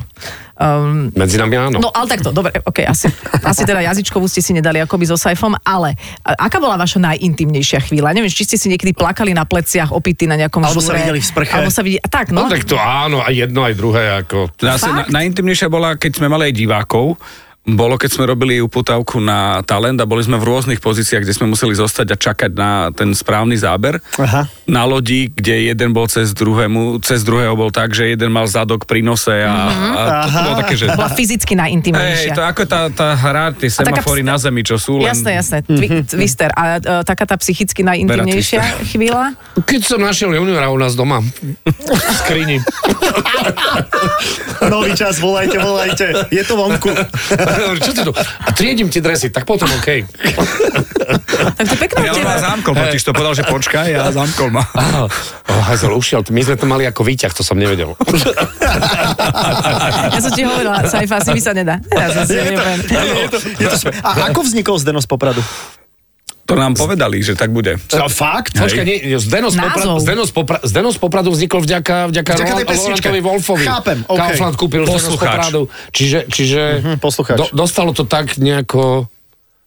[SPEAKER 3] Um,
[SPEAKER 5] Medzi nami áno.
[SPEAKER 3] no ale takto, dobre, ok, asi, asi teda jazyčkovú ste si nedali akoby so Saifom, ale a- aká bola vaša najintimnejšia chvíľa? Neviem, či ste si niekedy plakali na pleciach opity na nejakom
[SPEAKER 2] Alebo sa
[SPEAKER 3] žúre,
[SPEAKER 2] videli v sprche.
[SPEAKER 3] Alebo sa videli, tak no.
[SPEAKER 5] No tak to áno, aj jedno, aj druhé, ako...
[SPEAKER 6] Dá sa, na,
[SPEAKER 3] Fakt?
[SPEAKER 6] najintimnejšia bola, keď sme mali aj divákov, bolo, keď sme robili uputávku na talent a boli sme v rôznych pozíciách, kde sme museli zostať a čakať na ten správny záber.
[SPEAKER 2] Aha.
[SPEAKER 6] Na lodi, kde jeden bol cez druhému, cez druhého bol tak, že jeden mal zadok pri nose a,
[SPEAKER 3] Mhm.
[SPEAKER 6] a to bolo také, že...
[SPEAKER 3] Bola fyzicky
[SPEAKER 6] Hej,
[SPEAKER 3] najintimnejšia.
[SPEAKER 6] to ako tá, tá hra, tie
[SPEAKER 3] Vlastne taká
[SPEAKER 6] semafory
[SPEAKER 3] ps-
[SPEAKER 6] na zemi, čo sú len...
[SPEAKER 3] Jasné, jasné, twi- twister. A e, taká tá psychicky najintimnejšia chvíľa?
[SPEAKER 5] Keď som našiel juniora u nás doma, v skrini.
[SPEAKER 2] Nový čas, volajte, volajte. Je to vonku.
[SPEAKER 5] Čo ty tu? A triedím ti dresy, tak potom OK.
[SPEAKER 3] Tak to pekná
[SPEAKER 6] Ja
[SPEAKER 3] od teba.
[SPEAKER 6] ma zamkol, totiž to povedal, že počkaj a zamkol ma.
[SPEAKER 5] Oh, Hazel, ušiel. My sme to mali ako výťah, to som nevedel.
[SPEAKER 3] Ja som ti hovorila, Saifa, asi mi sa nedá. Ja som si neviem.
[SPEAKER 2] Je to, je to, sp- a ako vznikol Zdeno z Popradu?
[SPEAKER 6] To nám povedali, že tak bude.
[SPEAKER 2] No, fakt?
[SPEAKER 5] Počkaj, nie, nie, Zdeno z, Popra-
[SPEAKER 3] Názov.
[SPEAKER 5] Zdeno, z Popra- Zdeno z Popradu vznikol vďaka,
[SPEAKER 2] Vďaka
[SPEAKER 5] vďaka,
[SPEAKER 2] tej
[SPEAKER 5] vďaka
[SPEAKER 2] pesničke.
[SPEAKER 5] Rolandovi Wolfovi.
[SPEAKER 2] Chápem, OK.
[SPEAKER 5] Kaufland kúpil Zdeno z
[SPEAKER 6] Poslucháč.
[SPEAKER 5] Popradu. Čiže, čiže
[SPEAKER 2] Mhm, poslucháč.
[SPEAKER 5] dostalo to tak nejako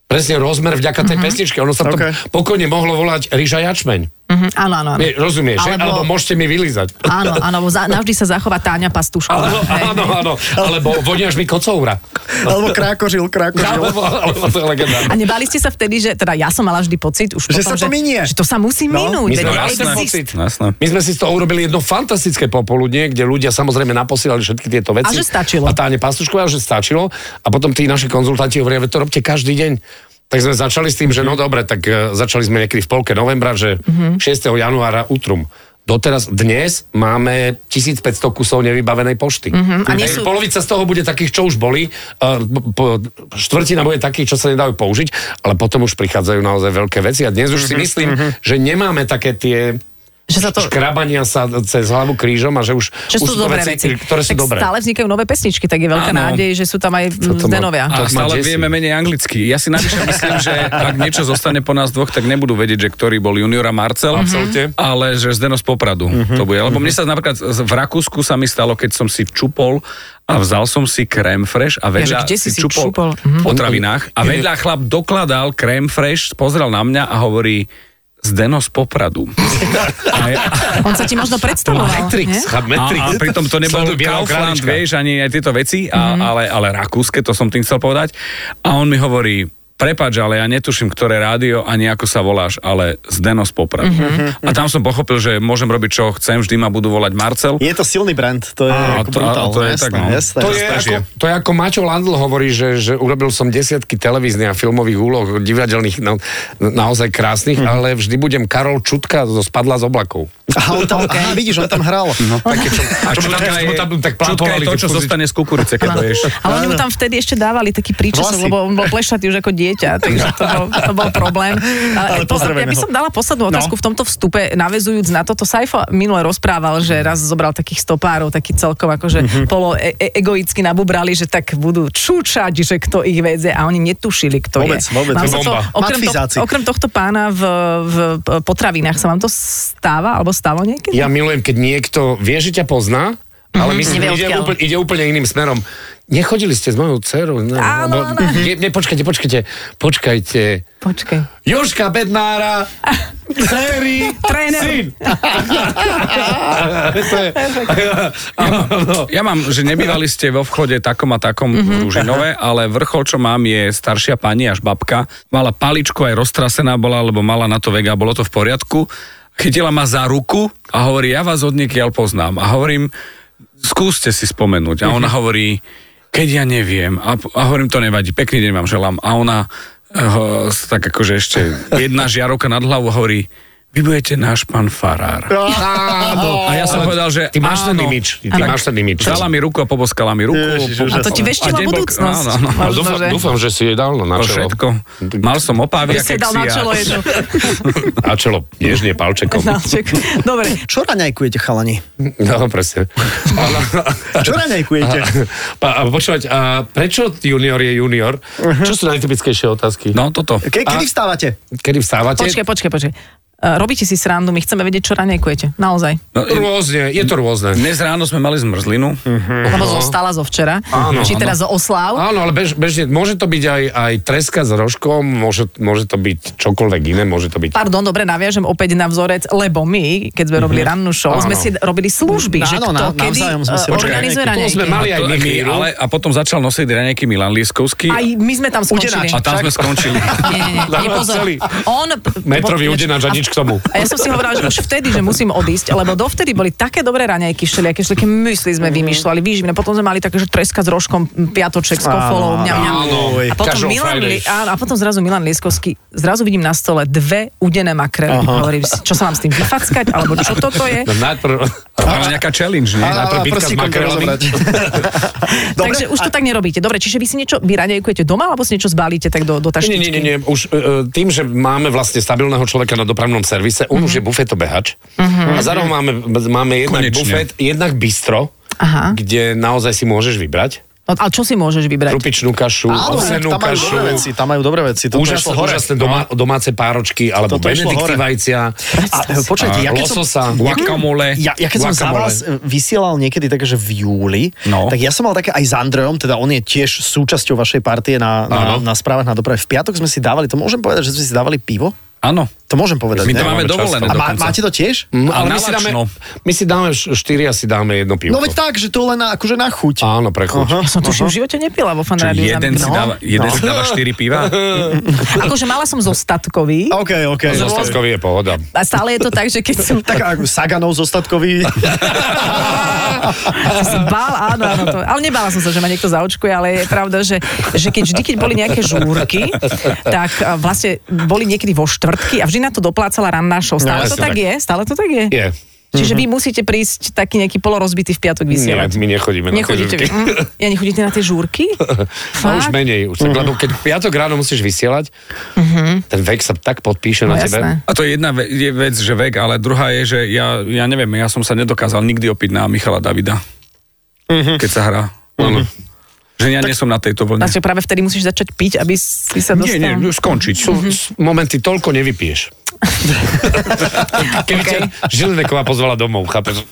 [SPEAKER 5] presne rozmer vďaka tej pesničke. Ono sa
[SPEAKER 2] Mhm. OK.
[SPEAKER 5] to pokojne mohlo volať Ríža Jačmeň.
[SPEAKER 3] Mhm, áno, áno, áno.
[SPEAKER 5] Nie, rozumieš, alebo...
[SPEAKER 3] Alebo-
[SPEAKER 5] alebo môžete mi vylízať.
[SPEAKER 3] Áno, áno, lebo za, navždy sa zachová Táňa Pastušková.
[SPEAKER 5] Áno,
[SPEAKER 3] Hej,
[SPEAKER 5] áno,
[SPEAKER 3] hej.
[SPEAKER 5] áno. Alebo voniaš mi kocoura.
[SPEAKER 2] Alebo krákožil, krákožil.
[SPEAKER 5] Alebo, alebo to je
[SPEAKER 3] A
[SPEAKER 5] legendárne.
[SPEAKER 3] nebali ste sa vtedy, že teda ja som mala vždy pocit, už
[SPEAKER 2] Že sa
[SPEAKER 3] potom,
[SPEAKER 2] to
[SPEAKER 3] že,
[SPEAKER 2] minie.
[SPEAKER 3] že to sa musí
[SPEAKER 2] No, my
[SPEAKER 3] minúť. veď
[SPEAKER 5] sme-
[SPEAKER 3] to
[SPEAKER 5] ja som
[SPEAKER 3] exist-
[SPEAKER 5] pocit.
[SPEAKER 6] Jasné.
[SPEAKER 5] My sme si z toho urobili jedno fantastické popoludne, kde ľudia samozrejme naposílali všetky tieto
[SPEAKER 3] A
[SPEAKER 5] veci.
[SPEAKER 3] že stačilo.
[SPEAKER 5] A táne Pastušková, že stačilo. A potom tí naši konzultanti hovoria, "Veď to robte každý deň. Tak sme začali s tým, že no dobre, tak e, začali sme niekedy v polke novembra, že
[SPEAKER 3] Mhm.
[SPEAKER 5] 6. januára utrum. Doteraz, dnes máme 1500 kusov nevybavenej pošty.
[SPEAKER 3] Mhm. a nie sú-
[SPEAKER 5] Hej, Polovica z toho bude takých, čo už boli, e, po- štvrtina bude takých, čo sa nedajú použiť, ale potom už prichádzajú naozaj veľké veci a dnes
[SPEAKER 3] Mhm.
[SPEAKER 5] už si myslím, že nemáme také tie
[SPEAKER 3] Že sa to-
[SPEAKER 5] škrabania sa cez hlavu krížom a že už,
[SPEAKER 3] Že
[SPEAKER 5] už
[SPEAKER 3] sú dobré veci.
[SPEAKER 5] ktoré
[SPEAKER 3] tak
[SPEAKER 5] sú dobré.
[SPEAKER 3] stále vznikajú nové pesničky, tak je veľká
[SPEAKER 6] Áno.
[SPEAKER 3] nádej, že sú tam aj
[SPEAKER 5] Toto má-
[SPEAKER 3] Zdenovia.
[SPEAKER 5] To
[SPEAKER 6] A
[SPEAKER 5] ma
[SPEAKER 6] stále
[SPEAKER 5] desí.
[SPEAKER 6] vieme menej anglicky. Ja si navyše myslím, že ak niečo zostane po nás dvoch, tak nebudú vedieť, že ktorý bol junior a Marcel.
[SPEAKER 5] Mhm. Absolútne.
[SPEAKER 6] Ale že Zdeno z Popradu
[SPEAKER 5] Mhm.
[SPEAKER 6] to bude. Lebo mne sa napríklad z- v Rakúsku sa mi stalo, keď som si čupol a vzal som si krém fresh
[SPEAKER 3] Ja, že
[SPEAKER 6] a vedľa
[SPEAKER 3] kde si si
[SPEAKER 6] čupol,
[SPEAKER 3] čupol? Mhm.
[SPEAKER 6] v potravinách a vedľa chlap dokladal krém fresh, pozrel na mňa a hovorí Zdeno z Popradu. A ja,
[SPEAKER 3] On sa ti možno predstavoval. nie?
[SPEAKER 5] Matrix, Matrix.
[SPEAKER 6] a, a pritom to nebol
[SPEAKER 5] Sleduj Bieleho
[SPEAKER 6] Kaufland,
[SPEAKER 5] králička. Mhm.
[SPEAKER 6] vieš, ani aj tieto veci, a, mm-hmm. ale, ale rakúske, to som tým chcel povedať. A on mi hovorí, prepač, ale ja netuším, ktoré rádio, ani ako sa voláš, ale Zdeno z Popradu. Mm-hmm. A tam som pochopil, že môžem robiť, čo chcem, vždy ma budú volať Marcel.
[SPEAKER 2] Je to silný brand, to je
[SPEAKER 6] Á,
[SPEAKER 2] ako
[SPEAKER 6] to-
[SPEAKER 2] brutál.
[SPEAKER 6] to je
[SPEAKER 2] jasné,
[SPEAKER 6] tak, no.
[SPEAKER 2] jasné.
[SPEAKER 5] To je,
[SPEAKER 6] strašie.
[SPEAKER 5] ako, to je ako Maťo Landl hovorí, že, že urobil som desiatky televíznych a filmových úloh, divadelných, na, naozaj
[SPEAKER 6] Mhm.
[SPEAKER 5] krásnych, ale vždy budem Karol Čutka zo Spadla z oblakov.
[SPEAKER 2] A on tam, aha, vidíš, on tam hral.
[SPEAKER 5] Také, čo,
[SPEAKER 6] A
[SPEAKER 5] čo mu tam-
[SPEAKER 6] čutka
[SPEAKER 5] čo mu tam
[SPEAKER 6] je,
[SPEAKER 5] tak
[SPEAKER 6] čutka je
[SPEAKER 5] plantovali
[SPEAKER 6] to,
[SPEAKER 5] tie
[SPEAKER 6] čo
[SPEAKER 5] kurzy.
[SPEAKER 6] zostane z kukurice, keď
[SPEAKER 3] Áno.
[SPEAKER 6] vieš.
[SPEAKER 3] Ale oni mu tam vtedy ešte dávali taký príčas,
[SPEAKER 2] Vlasy.
[SPEAKER 3] lebo on bol plešatý už ako dieťa, takže to bol, to bol problém.
[SPEAKER 2] Ale No.
[SPEAKER 3] Ale, pozor, ja by
[SPEAKER 2] pozdravujeme
[SPEAKER 3] som dala poslednú otázku v tomto vstupe, navezujúc na toto. Saifa minule rozprával, že raz zobral takých stopárov, taký celkom akože
[SPEAKER 2] Mhm.
[SPEAKER 3] polo e- e- egoicky nabubrali, že tak budú čúčať, že kto ich vedze a oni netušili, kto
[SPEAKER 2] Vôbec,
[SPEAKER 3] je.
[SPEAKER 2] vôbec,
[SPEAKER 3] Vám
[SPEAKER 2] to je
[SPEAKER 3] sa to,
[SPEAKER 5] bomba.
[SPEAKER 3] okrem, to,
[SPEAKER 2] Matfizáci.
[SPEAKER 3] okrem tohto pána v, v potravinách sa vám to stáva alebo stalo niekedy?
[SPEAKER 5] Ja milujem, keď niekto vie, že ťa pozná, ale myslím,
[SPEAKER 3] nevie
[SPEAKER 5] ide,
[SPEAKER 3] Mhm. odkiaľ.
[SPEAKER 5] úplne, ide úplne iným smerom. Nechodili ste s mojou dcerou? Ne,
[SPEAKER 3] Áno,
[SPEAKER 5] alebo- Mhm.
[SPEAKER 3] áno.
[SPEAKER 5] Nie, nie, počkajte, počkajte, počkajte.
[SPEAKER 3] Počkej.
[SPEAKER 5] Joška Bednára, Terry,
[SPEAKER 3] Tréner.
[SPEAKER 5] syn. to je,
[SPEAKER 6] No, ja mám, že nebývali ste vo vchode takom a takom v Ružinové, ale vrchol, čo mám, je staršia pani až babka. Mala paličku, aj roztrasená bola, lebo mala na to vega, bolo to v poriadku. Chytila ma za ruku a hovorí, ja vás od niekiaľ poznám. A hovorím, skúste si spomenúť. A ona hovorí, keď ja neviem. A, a hovorím, to nevadí, pekný deň vám želám. A ona eh, ho, tak akože ešte jedna žiarovka nad hlavu hovorí, vy budete náš pán Farár.
[SPEAKER 5] áno.
[SPEAKER 6] No, A ja som povedal, že
[SPEAKER 5] No, Ty máš ten
[SPEAKER 6] áno.
[SPEAKER 5] imič. Ty máš ten imič.
[SPEAKER 6] Dala mi ruku a poboskala mi ruku.
[SPEAKER 2] Ježiš,
[SPEAKER 6] Po-
[SPEAKER 2] úžasné.
[SPEAKER 3] A to ti veštila
[SPEAKER 6] deň bol-
[SPEAKER 3] budúcnosť.
[SPEAKER 6] Áno, áno.
[SPEAKER 5] Ale
[SPEAKER 3] Možno,
[SPEAKER 5] dúfam,
[SPEAKER 3] že-
[SPEAKER 5] dúfam, že si jej dal na čelo.
[SPEAKER 6] To no. všetko. Mal som opávy
[SPEAKER 3] Že
[SPEAKER 6] a
[SPEAKER 3] si dal na
[SPEAKER 6] keksia.
[SPEAKER 3] čelo jednu. No.
[SPEAKER 5] Na čelo, nežne palčekom.
[SPEAKER 3] Znalček. Dobre,
[SPEAKER 2] Čo raňajkujete, chalani?
[SPEAKER 5] No, presne.
[SPEAKER 2] Čo raňajkujete?
[SPEAKER 5] A, a počúvať, a prečo junior je junior? Čo sú najtypickejšie otázky?
[SPEAKER 6] No toto.
[SPEAKER 2] Ke, kedy vstávate?
[SPEAKER 5] Kedy vstávate?
[SPEAKER 3] počkaj, počkaj, počkaj. Uh, Robíte si srandu, my chceme vedieť, čo ranejkujete. Naozaj.
[SPEAKER 6] No, i-
[SPEAKER 5] Rôzne, je to rôzne.
[SPEAKER 6] dnes ráno sme mali zmrzlinu.
[SPEAKER 5] Mhm.
[SPEAKER 3] Lebo zostala zo včera.
[SPEAKER 5] Áno,
[SPEAKER 3] či teraz zo oslav.
[SPEAKER 5] Áno, ale bež, bežne, môže to byť aj, aj treska s rožkom, môže, môže to byť čokoľvek iné, môže to byť...
[SPEAKER 3] Pardon, dobre, naviažem opäť na vzorec, lebo my, keď sme robili rannú show,
[SPEAKER 5] Mhm. Áno.
[SPEAKER 3] sme si robili služby, že
[SPEAKER 2] Áno,
[SPEAKER 3] kto
[SPEAKER 2] na-
[SPEAKER 3] kedy
[SPEAKER 2] navzájom sme si
[SPEAKER 3] eh,
[SPEAKER 2] robili
[SPEAKER 3] organizuje
[SPEAKER 2] raňajky.
[SPEAKER 5] To
[SPEAKER 3] ranejky.
[SPEAKER 5] sme mali aj
[SPEAKER 6] To
[SPEAKER 5] my,
[SPEAKER 6] aj my,
[SPEAKER 5] chvíľu.
[SPEAKER 6] ale, a potom začal nosiť nejaký Milan Lieskovský.
[SPEAKER 3] Aj my sme tam skončili.
[SPEAKER 2] Udenáč.
[SPEAKER 6] A tam sme skončili.
[SPEAKER 3] Nie, nie, nie,
[SPEAKER 5] Dávame
[SPEAKER 3] nie, pozor.
[SPEAKER 5] celý
[SPEAKER 3] On...
[SPEAKER 5] Metrový udenáč a nič k tomu.
[SPEAKER 3] A ja som si hovorila, že už vtedy, že musím odísť, lebo dovtedy boli také dobré raňajky, všelijaké, všelijaké mysli sme vymýšľali, výživné. Potom sme mali také, že treska s rožkom, m, piatoček s kofolou, mňam, mňam.
[SPEAKER 5] áno.
[SPEAKER 3] A potom,
[SPEAKER 5] Casual
[SPEAKER 3] Milan,
[SPEAKER 5] Friday.
[SPEAKER 3] Li- áno, a potom zrazu Milan Lieskovský, zrazu vidím na stole dve udené makrely. Hovorím si, čo sa mám s tým vyfackať, alebo čo toto je.
[SPEAKER 5] No, najprv...
[SPEAKER 6] Mala nejaká challenge, nie?
[SPEAKER 5] najprv
[SPEAKER 2] A- a
[SPEAKER 5] bitka s
[SPEAKER 2] prstíkom
[SPEAKER 5] makrelami.
[SPEAKER 2] rozobrať. Dobre,
[SPEAKER 3] Takže už to tak nerobíte. Dobre, čiže vy si niečo, vy raňajkujete doma, alebo si niečo zbalíte tak do, do taštičky?
[SPEAKER 5] Nie, nie, nie, nie. Už e, e, tým, že máme vlastne stabilného človeka na dopravnom servise, on už je bufetobehač. A zároveň máme, máme jednak
[SPEAKER 6] Konečne.
[SPEAKER 5] bufet, jednak bistro,
[SPEAKER 3] Aha.
[SPEAKER 5] kde naozaj si môžeš vybrať.
[SPEAKER 3] No, ale čo si môžeš vybrať?
[SPEAKER 5] Trupičnú kašu,
[SPEAKER 2] Áno,
[SPEAKER 5] ovsenú
[SPEAKER 2] tam majú
[SPEAKER 5] kašu.
[SPEAKER 2] dobré veci, tam majú dobré veci. Toto
[SPEAKER 5] Úžasné,
[SPEAKER 2] išlo hore. No.
[SPEAKER 5] úžasné doma, domáce páročky, alebo
[SPEAKER 2] Toto išlo hore.
[SPEAKER 5] benedikty vajcia.
[SPEAKER 2] A, e, počkajte, ja keď som...
[SPEAKER 5] lososa.
[SPEAKER 6] Guacamole.
[SPEAKER 2] Ja, ja keď som za
[SPEAKER 5] Guacamole.
[SPEAKER 2] vás e, vysielal niekedy také, že v júli,
[SPEAKER 6] No.
[SPEAKER 2] tak ja som mal také aj s Andrejom, teda on je tiež súčasťou vašej partie na, na,
[SPEAKER 5] Áno.
[SPEAKER 2] na správach na doprave. V piatok sme si dávali, to môžem povedať, že sme si dávali pivo?
[SPEAKER 6] Áno.
[SPEAKER 2] To môžem povedať,
[SPEAKER 6] My
[SPEAKER 2] ne?
[SPEAKER 6] to máme
[SPEAKER 5] Máme
[SPEAKER 6] dovolené
[SPEAKER 2] A má,
[SPEAKER 6] dokonca.
[SPEAKER 2] máte to tiež?
[SPEAKER 5] Mm,
[SPEAKER 6] A
[SPEAKER 5] ale
[SPEAKER 6] na
[SPEAKER 5] my si, dáme,
[SPEAKER 6] lačno.
[SPEAKER 5] my si dáme š- štyri a si dáme jedno pivko.
[SPEAKER 2] No veď tak, že to len na, akože na chuť.
[SPEAKER 5] Áno, pre chuť.
[SPEAKER 2] Aha.
[SPEAKER 3] Ja som tuším, v živote nepila vo fan
[SPEAKER 6] Čo,
[SPEAKER 3] rádiu.
[SPEAKER 6] jeden si
[SPEAKER 3] No.
[SPEAKER 6] dáva, jeden
[SPEAKER 2] No.
[SPEAKER 6] si dáva štyri piva?
[SPEAKER 3] Akože mala som zostatkový
[SPEAKER 2] OK, OK. No,
[SPEAKER 5] Zostatkový je pohoda.
[SPEAKER 3] a stále je to tak, že keď som
[SPEAKER 2] Tak
[SPEAKER 3] tak
[SPEAKER 2] ako Saganov zostatkový.
[SPEAKER 3] som sa bál, áno, áno, to, ale nebála som sa, že ma niekto zaočkuje, ale je pravda, že, že keď vždy, keď boli nejaké žúrky, tak a, vlastne boli niekedy vo štvrtky a vždy na to doplácala ranná show. Stále
[SPEAKER 5] No,
[SPEAKER 3] to
[SPEAKER 5] jasne,
[SPEAKER 3] tak
[SPEAKER 5] tak.
[SPEAKER 3] je? Stále to tak je?
[SPEAKER 5] Je.
[SPEAKER 3] Čiže vy musíte prísť taký nejaký polorozbitý v piatok
[SPEAKER 5] Nie,
[SPEAKER 3] vysielať.
[SPEAKER 5] my nechodíme
[SPEAKER 3] Nechodíte
[SPEAKER 5] na tie
[SPEAKER 3] vy.
[SPEAKER 5] žurky.
[SPEAKER 3] Mm, ja nechodíte na tie žúrky?
[SPEAKER 5] No
[SPEAKER 3] Fakt?
[SPEAKER 5] už menej, už tak, lebo keď v piatok ráno musíš vysielať, ten vek sa tak podpíše
[SPEAKER 3] Mhm. No
[SPEAKER 5] na tebe.
[SPEAKER 3] jasné.
[SPEAKER 6] A to je jedna ve- je vec, že vek, ale druhá je, že ja, ja neviem, ja som sa nedokázal nikdy opiť na Michala Davida, keď sa hrá. Áno. Že ja nie som na tejto vlne.
[SPEAKER 3] Vlastne práve vtedy musíš začať piť, aby si sa dostal.
[SPEAKER 6] Nie, nie, už skončiť.
[SPEAKER 5] Sú
[SPEAKER 3] Mhm.
[SPEAKER 5] s- momenty, toľko nevypiješ. Keby okay. ťa Žilineková pozvala domov, chápeš?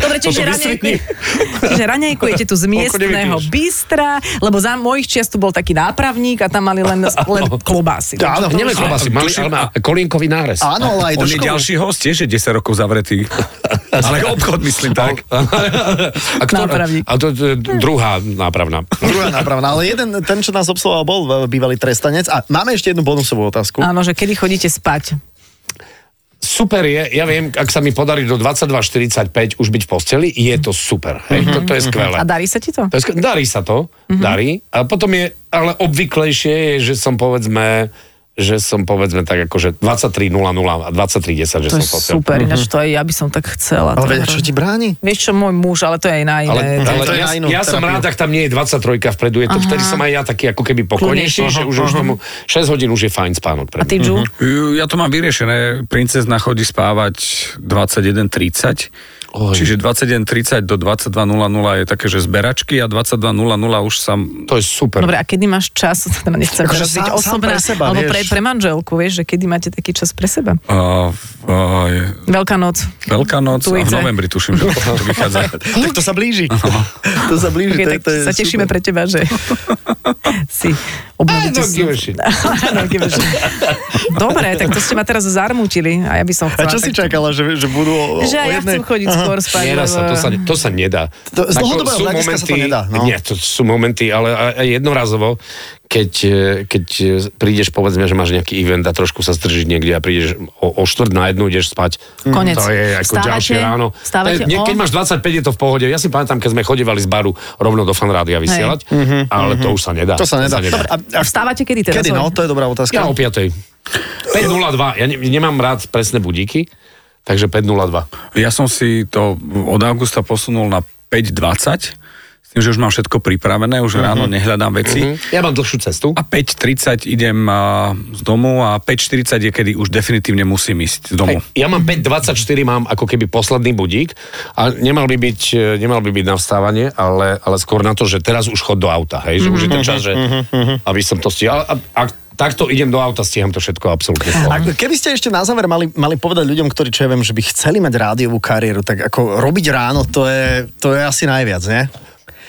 [SPEAKER 3] Dobre, čiže
[SPEAKER 5] Potom vysvetlí.
[SPEAKER 3] raňajkujete, čiže raňajkujete tu z miestného
[SPEAKER 5] nevypiješ.
[SPEAKER 3] bystra, lebo za mojich čiast tu bol taký nápravník a tam mali len, len klobásy.
[SPEAKER 2] Áno,
[SPEAKER 5] No, nielen klobasy, mali ale
[SPEAKER 6] tuším,
[SPEAKER 5] má kolínkový nárez.
[SPEAKER 2] Áno, ale aj do
[SPEAKER 6] On je
[SPEAKER 2] školy.
[SPEAKER 6] ďalší host, tiež je 10 rokov zavretý. Ale obchod myslím tak.
[SPEAKER 5] A, kto,
[SPEAKER 3] Nápravník.
[SPEAKER 5] a to je druhá nápravná.
[SPEAKER 2] Druhá nápravná, ale jeden, ten, čo nás obsluhoval, bol e, bývalý trestanec. A máme ešte jednu bonusovú otázku.
[SPEAKER 3] Áno, že kedy chodíte spať?
[SPEAKER 5] Super je, ja viem, ak sa mi podarí do 22.45 už byť v posteli, je to super. Hej,
[SPEAKER 2] Mhm.
[SPEAKER 5] to, to je skvelé.
[SPEAKER 3] A darí sa ti to?
[SPEAKER 5] To je, sk- darí sa to, mm-hmm. darí. A potom je, ale obvyklejšie je, že som povedzme, že som povedzme tak akože 23.00 a 23.10, že
[SPEAKER 3] To
[SPEAKER 5] som
[SPEAKER 3] je
[SPEAKER 5] posel.
[SPEAKER 3] super, ináč to aj ja by som tak chcela.
[SPEAKER 2] Mhm. Ale
[SPEAKER 3] To
[SPEAKER 2] veď,
[SPEAKER 3] je-
[SPEAKER 2] čo ti bráni?
[SPEAKER 3] Vieš čo, môj muž, ale to je aj na iné.
[SPEAKER 5] Ale, ale
[SPEAKER 2] to je
[SPEAKER 5] ja,
[SPEAKER 2] na inú
[SPEAKER 5] ja som
[SPEAKER 2] terapiu.
[SPEAKER 5] rád, ak tam nie je 23 vpredu, je to, vtedy som aj ja taký ako keby pokojnejší, že už, už tomu 6 hodín už je fajn spánok
[SPEAKER 3] A
[SPEAKER 5] pre
[SPEAKER 3] ty,
[SPEAKER 2] Mhm.
[SPEAKER 5] mňa.
[SPEAKER 3] Ju?
[SPEAKER 6] Ju, Ja to mám vyriešené. Princezna chodí spávať 21.30.
[SPEAKER 5] Oj.
[SPEAKER 6] Čiže 21.30 do 22.00 je také, že zberačky a 22.00 už sa...
[SPEAKER 5] To je
[SPEAKER 2] No,
[SPEAKER 5] super.
[SPEAKER 3] Dobre, a kedy máš čas, teda nechcem
[SPEAKER 2] Akože
[SPEAKER 3] teraz byť
[SPEAKER 2] sám- sám
[SPEAKER 3] osobná,
[SPEAKER 2] pre seba,
[SPEAKER 3] alebo
[SPEAKER 2] vieš.
[SPEAKER 3] pre, pre manželku, vieš, že kedy máte taký čas pre seba?
[SPEAKER 6] Uh, uh,
[SPEAKER 3] Veľká noc.
[SPEAKER 6] Veľká noc a v
[SPEAKER 3] Tujce.
[SPEAKER 6] novembri tuším, že to vychádza.
[SPEAKER 2] Tak to sa blíži. to sa blíži.
[SPEAKER 3] Okay,
[SPEAKER 2] to,
[SPEAKER 3] tak
[SPEAKER 2] to je
[SPEAKER 3] sa tešíme
[SPEAKER 2] super.
[SPEAKER 3] pre teba, že si
[SPEAKER 5] I
[SPEAKER 3] obnovíte
[SPEAKER 5] don't give a
[SPEAKER 3] si.
[SPEAKER 5] shit.
[SPEAKER 3] Áno, give a shit. Dobre, tak to ste ma teraz zarmútili a ja by som
[SPEAKER 2] A
[SPEAKER 3] chcela...
[SPEAKER 2] čo si
[SPEAKER 3] tak-
[SPEAKER 2] čakala, že, že budú o,
[SPEAKER 3] Že
[SPEAKER 2] o
[SPEAKER 3] aj ja
[SPEAKER 2] jednej...
[SPEAKER 3] chcem chodiť skôr spať.
[SPEAKER 5] Nedá sa, to sa, to sa nedá.
[SPEAKER 2] To- z
[SPEAKER 5] Ako
[SPEAKER 2] dlhodobého
[SPEAKER 5] sú
[SPEAKER 2] hľadiska sa to nedá, no.
[SPEAKER 5] Nie, to sú momenty, ale aj aj jednorazovo, keď, e, keď e, prídeš, povedzme, že máš nejaký event a trošku sa zdržíš niekde a prídeš o, o štvrt na jednu, ideš spať.
[SPEAKER 2] Mm.
[SPEAKER 3] Konec.
[SPEAKER 5] To je ako
[SPEAKER 3] Vstávate-
[SPEAKER 5] ďalšie ráno.
[SPEAKER 3] vstávate
[SPEAKER 5] To je- nie, keď
[SPEAKER 3] o-
[SPEAKER 5] máš 25, je to v pohode. Ja si pamätám, keď sme chodevali z baru rovno do fanrádia vysielať, ale to už sa nedá.
[SPEAKER 2] Mhm, To sa nedá. Dobre, a, a
[SPEAKER 3] Vstávate kedy teda?
[SPEAKER 2] kedy,
[SPEAKER 3] Sorry.
[SPEAKER 2] no? To je dobrá otázka.
[SPEAKER 5] Ja o 5. 5.02. Ja ne, nemám rád presné budíky, takže 5.02.
[SPEAKER 6] Ja som si to od augusta posunul na 5.20, s tým, že už mám všetko pripravené, už ráno nehľadám veci.
[SPEAKER 2] Mhm.
[SPEAKER 5] Ja mám dlhšiu cestu.
[SPEAKER 6] A 5.30 idem a, z domu a 5.40 je, kedy už definitívne musím ísť z
[SPEAKER 5] Hej,
[SPEAKER 6] domu.
[SPEAKER 5] ja mám 5.24, mám ako keby posledný budík a nemal by byť, e, nemal by byť na vstávanie, ale, ale skôr na to, že teraz už chod do auta, hej, že už je ten čas, že
[SPEAKER 2] Mm-hmm,
[SPEAKER 5] aby som to stíhal. A, a takto idem do auta, stíham to všetko absolútne. v
[SPEAKER 2] A
[SPEAKER 5] pohode.
[SPEAKER 2] keby ste ešte na záver mali, mali povedať ľuďom, ktorí, čo ja viem, že by chceli mať rádiovú kariéru, tak ako robiť ráno, to je, to je asi najviac, nie?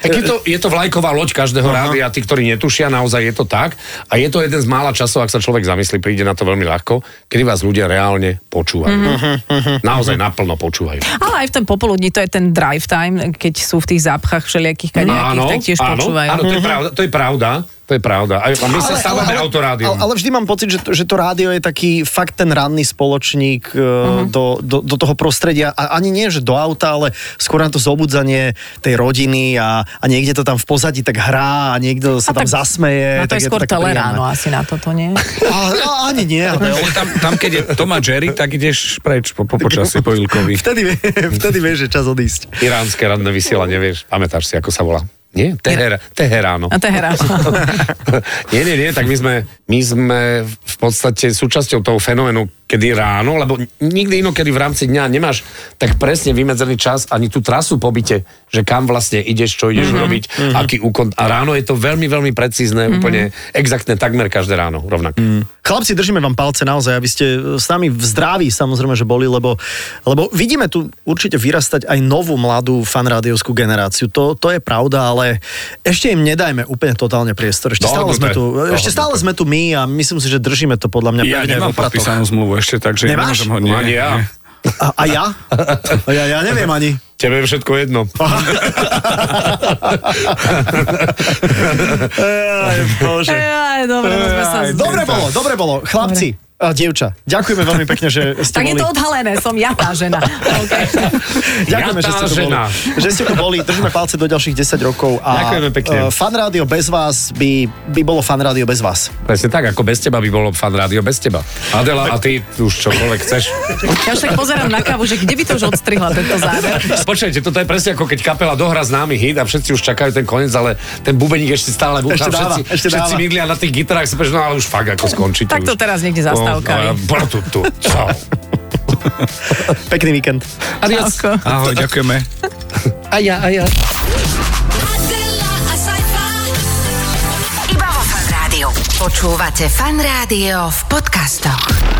[SPEAKER 5] Tak je to, je to vlajková loď každého rádia, tí, ktorí netušia, naozaj je to tak. A je to jeden z mála časov, ak sa človek zamyslí, príde na to veľmi ľahko, kedy vás ľudia reálne počúvajú.
[SPEAKER 2] Mm-hmm,
[SPEAKER 5] Naozaj naplno počúvajú.
[SPEAKER 3] Ale aj v tom popoludní, to je ten drive time, keď sú v tých zápchách všelijakých kadejakých, tak tiež
[SPEAKER 5] No áno,
[SPEAKER 3] počúvajú. No,
[SPEAKER 5] áno, to je pravda, to je pravda, to je pravda. A a my sa stávame autorádiom.
[SPEAKER 2] Mm-hmm. ale, ale vždy mám pocit, že to, že to rádio je taký fakt ten ranný spoločník
[SPEAKER 3] Mhm.
[SPEAKER 2] uh-huh. do, do, do toho prostredia. A ani nie, že do auta, ale skôr na to zobudzanie tej rodiny a, a niekde to tam v pozadí tak hrá a niekto sa
[SPEAKER 3] A
[SPEAKER 2] tam
[SPEAKER 3] tak-
[SPEAKER 2] zasmeje.
[SPEAKER 3] Na to
[SPEAKER 2] tak
[SPEAKER 3] je skôr no.
[SPEAKER 2] také príjemné.
[SPEAKER 3] teleráno asi na toto, nie?
[SPEAKER 2] A, a, ani nie, ale
[SPEAKER 6] Ale tam, tam, keď je Tom a Jerry, tak ideš preč po, po počasí po Ilkovi.
[SPEAKER 2] vtedy, vie- vtedy vieš, že je čas odísť.
[SPEAKER 5] Iránske radné vysielanie, vieš, pamätáš si, ako sa volá? Nie? Teher, Teheráno.
[SPEAKER 3] A to je hra.
[SPEAKER 5] nie, nie, nie, tak my sme, my sme v podstate súčasťou toho fenoménu, kedy ráno, lebo nikdy inokedy v rámci dňa nemáš tak presne vymedzený čas ani tú trasu pobyte, že kam vlastne ideš, čo ideš mm-hmm. robiť, mm-hmm. aký úkon. A ráno je to veľmi, veľmi precízne, mm-hmm. úplne exaktné, takmer každé ráno rovnak. Mm.
[SPEAKER 2] Chlapci, držíme vám palce naozaj, aby ste e, s nami v zdraví samozrejme, že boli, lebo, lebo vidíme tu určite vyrastať aj novú mladú fanrádiovskú generáciu. To, to je pravda, ale ešte im nedajme úplne totálne priestor. Ešte stále,
[SPEAKER 5] Dohodnuté.
[SPEAKER 2] sme tu, ešte
[SPEAKER 5] Dohodnuté.
[SPEAKER 2] stále sme tu my a myslím si, že držíme to podľa mňa
[SPEAKER 6] Ja
[SPEAKER 2] pevne v
[SPEAKER 6] nemám
[SPEAKER 2] opratoch.
[SPEAKER 6] podpísanú zmluvu ešte, takže
[SPEAKER 2] Nemáš?
[SPEAKER 6] ja nemôžem ho...
[SPEAKER 5] No ani ja.
[SPEAKER 2] A, a ja? A ja, ja neviem ani.
[SPEAKER 5] Tebe je všetko jedno.
[SPEAKER 2] Ej, Bože.
[SPEAKER 3] Aj, dobre, no sme sa...
[SPEAKER 6] Aj,
[SPEAKER 2] Dobre bolo, dobre bolo. Chlapci, a dievča, ďakujeme veľmi pekne, že ste
[SPEAKER 3] Tak je
[SPEAKER 2] boli.
[SPEAKER 3] to odhalené, som ja tá žena. Okay.
[SPEAKER 2] Ďakujeme, že ste, tu boli,
[SPEAKER 5] žena.
[SPEAKER 2] že ste tu boli. Držíme palce do ďalších 10 rokov. A
[SPEAKER 5] Ďakujeme pekne.
[SPEAKER 2] e, Fan rádio bez vás by, by bolo fan rádio bez vás.
[SPEAKER 5] Presne tak, ako bez teba by bolo fan rádio bez teba. Adela, a ty už čokoľvek chceš.
[SPEAKER 3] Ja už tak pozerám na kávu, že kde by to už odstrihla tento záver.
[SPEAKER 5] Počkajte, toto je presne ako keď kapela dohrá známy hit a všetci už čakajú ten koniec, ale ten bubeník ešte stále
[SPEAKER 2] Ešte
[SPEAKER 5] búcha,
[SPEAKER 2] dáva,
[SPEAKER 5] všetci,
[SPEAKER 2] ešte
[SPEAKER 5] všetci
[SPEAKER 2] dáva.
[SPEAKER 5] mydlia na tých gitarách, si povieš, no ale už fakt ako skončíte.
[SPEAKER 3] Tak to
[SPEAKER 5] už.
[SPEAKER 3] teraz niekde
[SPEAKER 5] No,
[SPEAKER 3] zastávka.
[SPEAKER 5] no, bolo tu, tu. Čau.
[SPEAKER 2] Pekný víkend.
[SPEAKER 3] Čauko.
[SPEAKER 6] Ahoj, ďakujeme.
[SPEAKER 4] Adela, a saiba.
[SPEAKER 1] Iba vo Fan Rádiu. Počúvate Fan Rádio v podcastoch.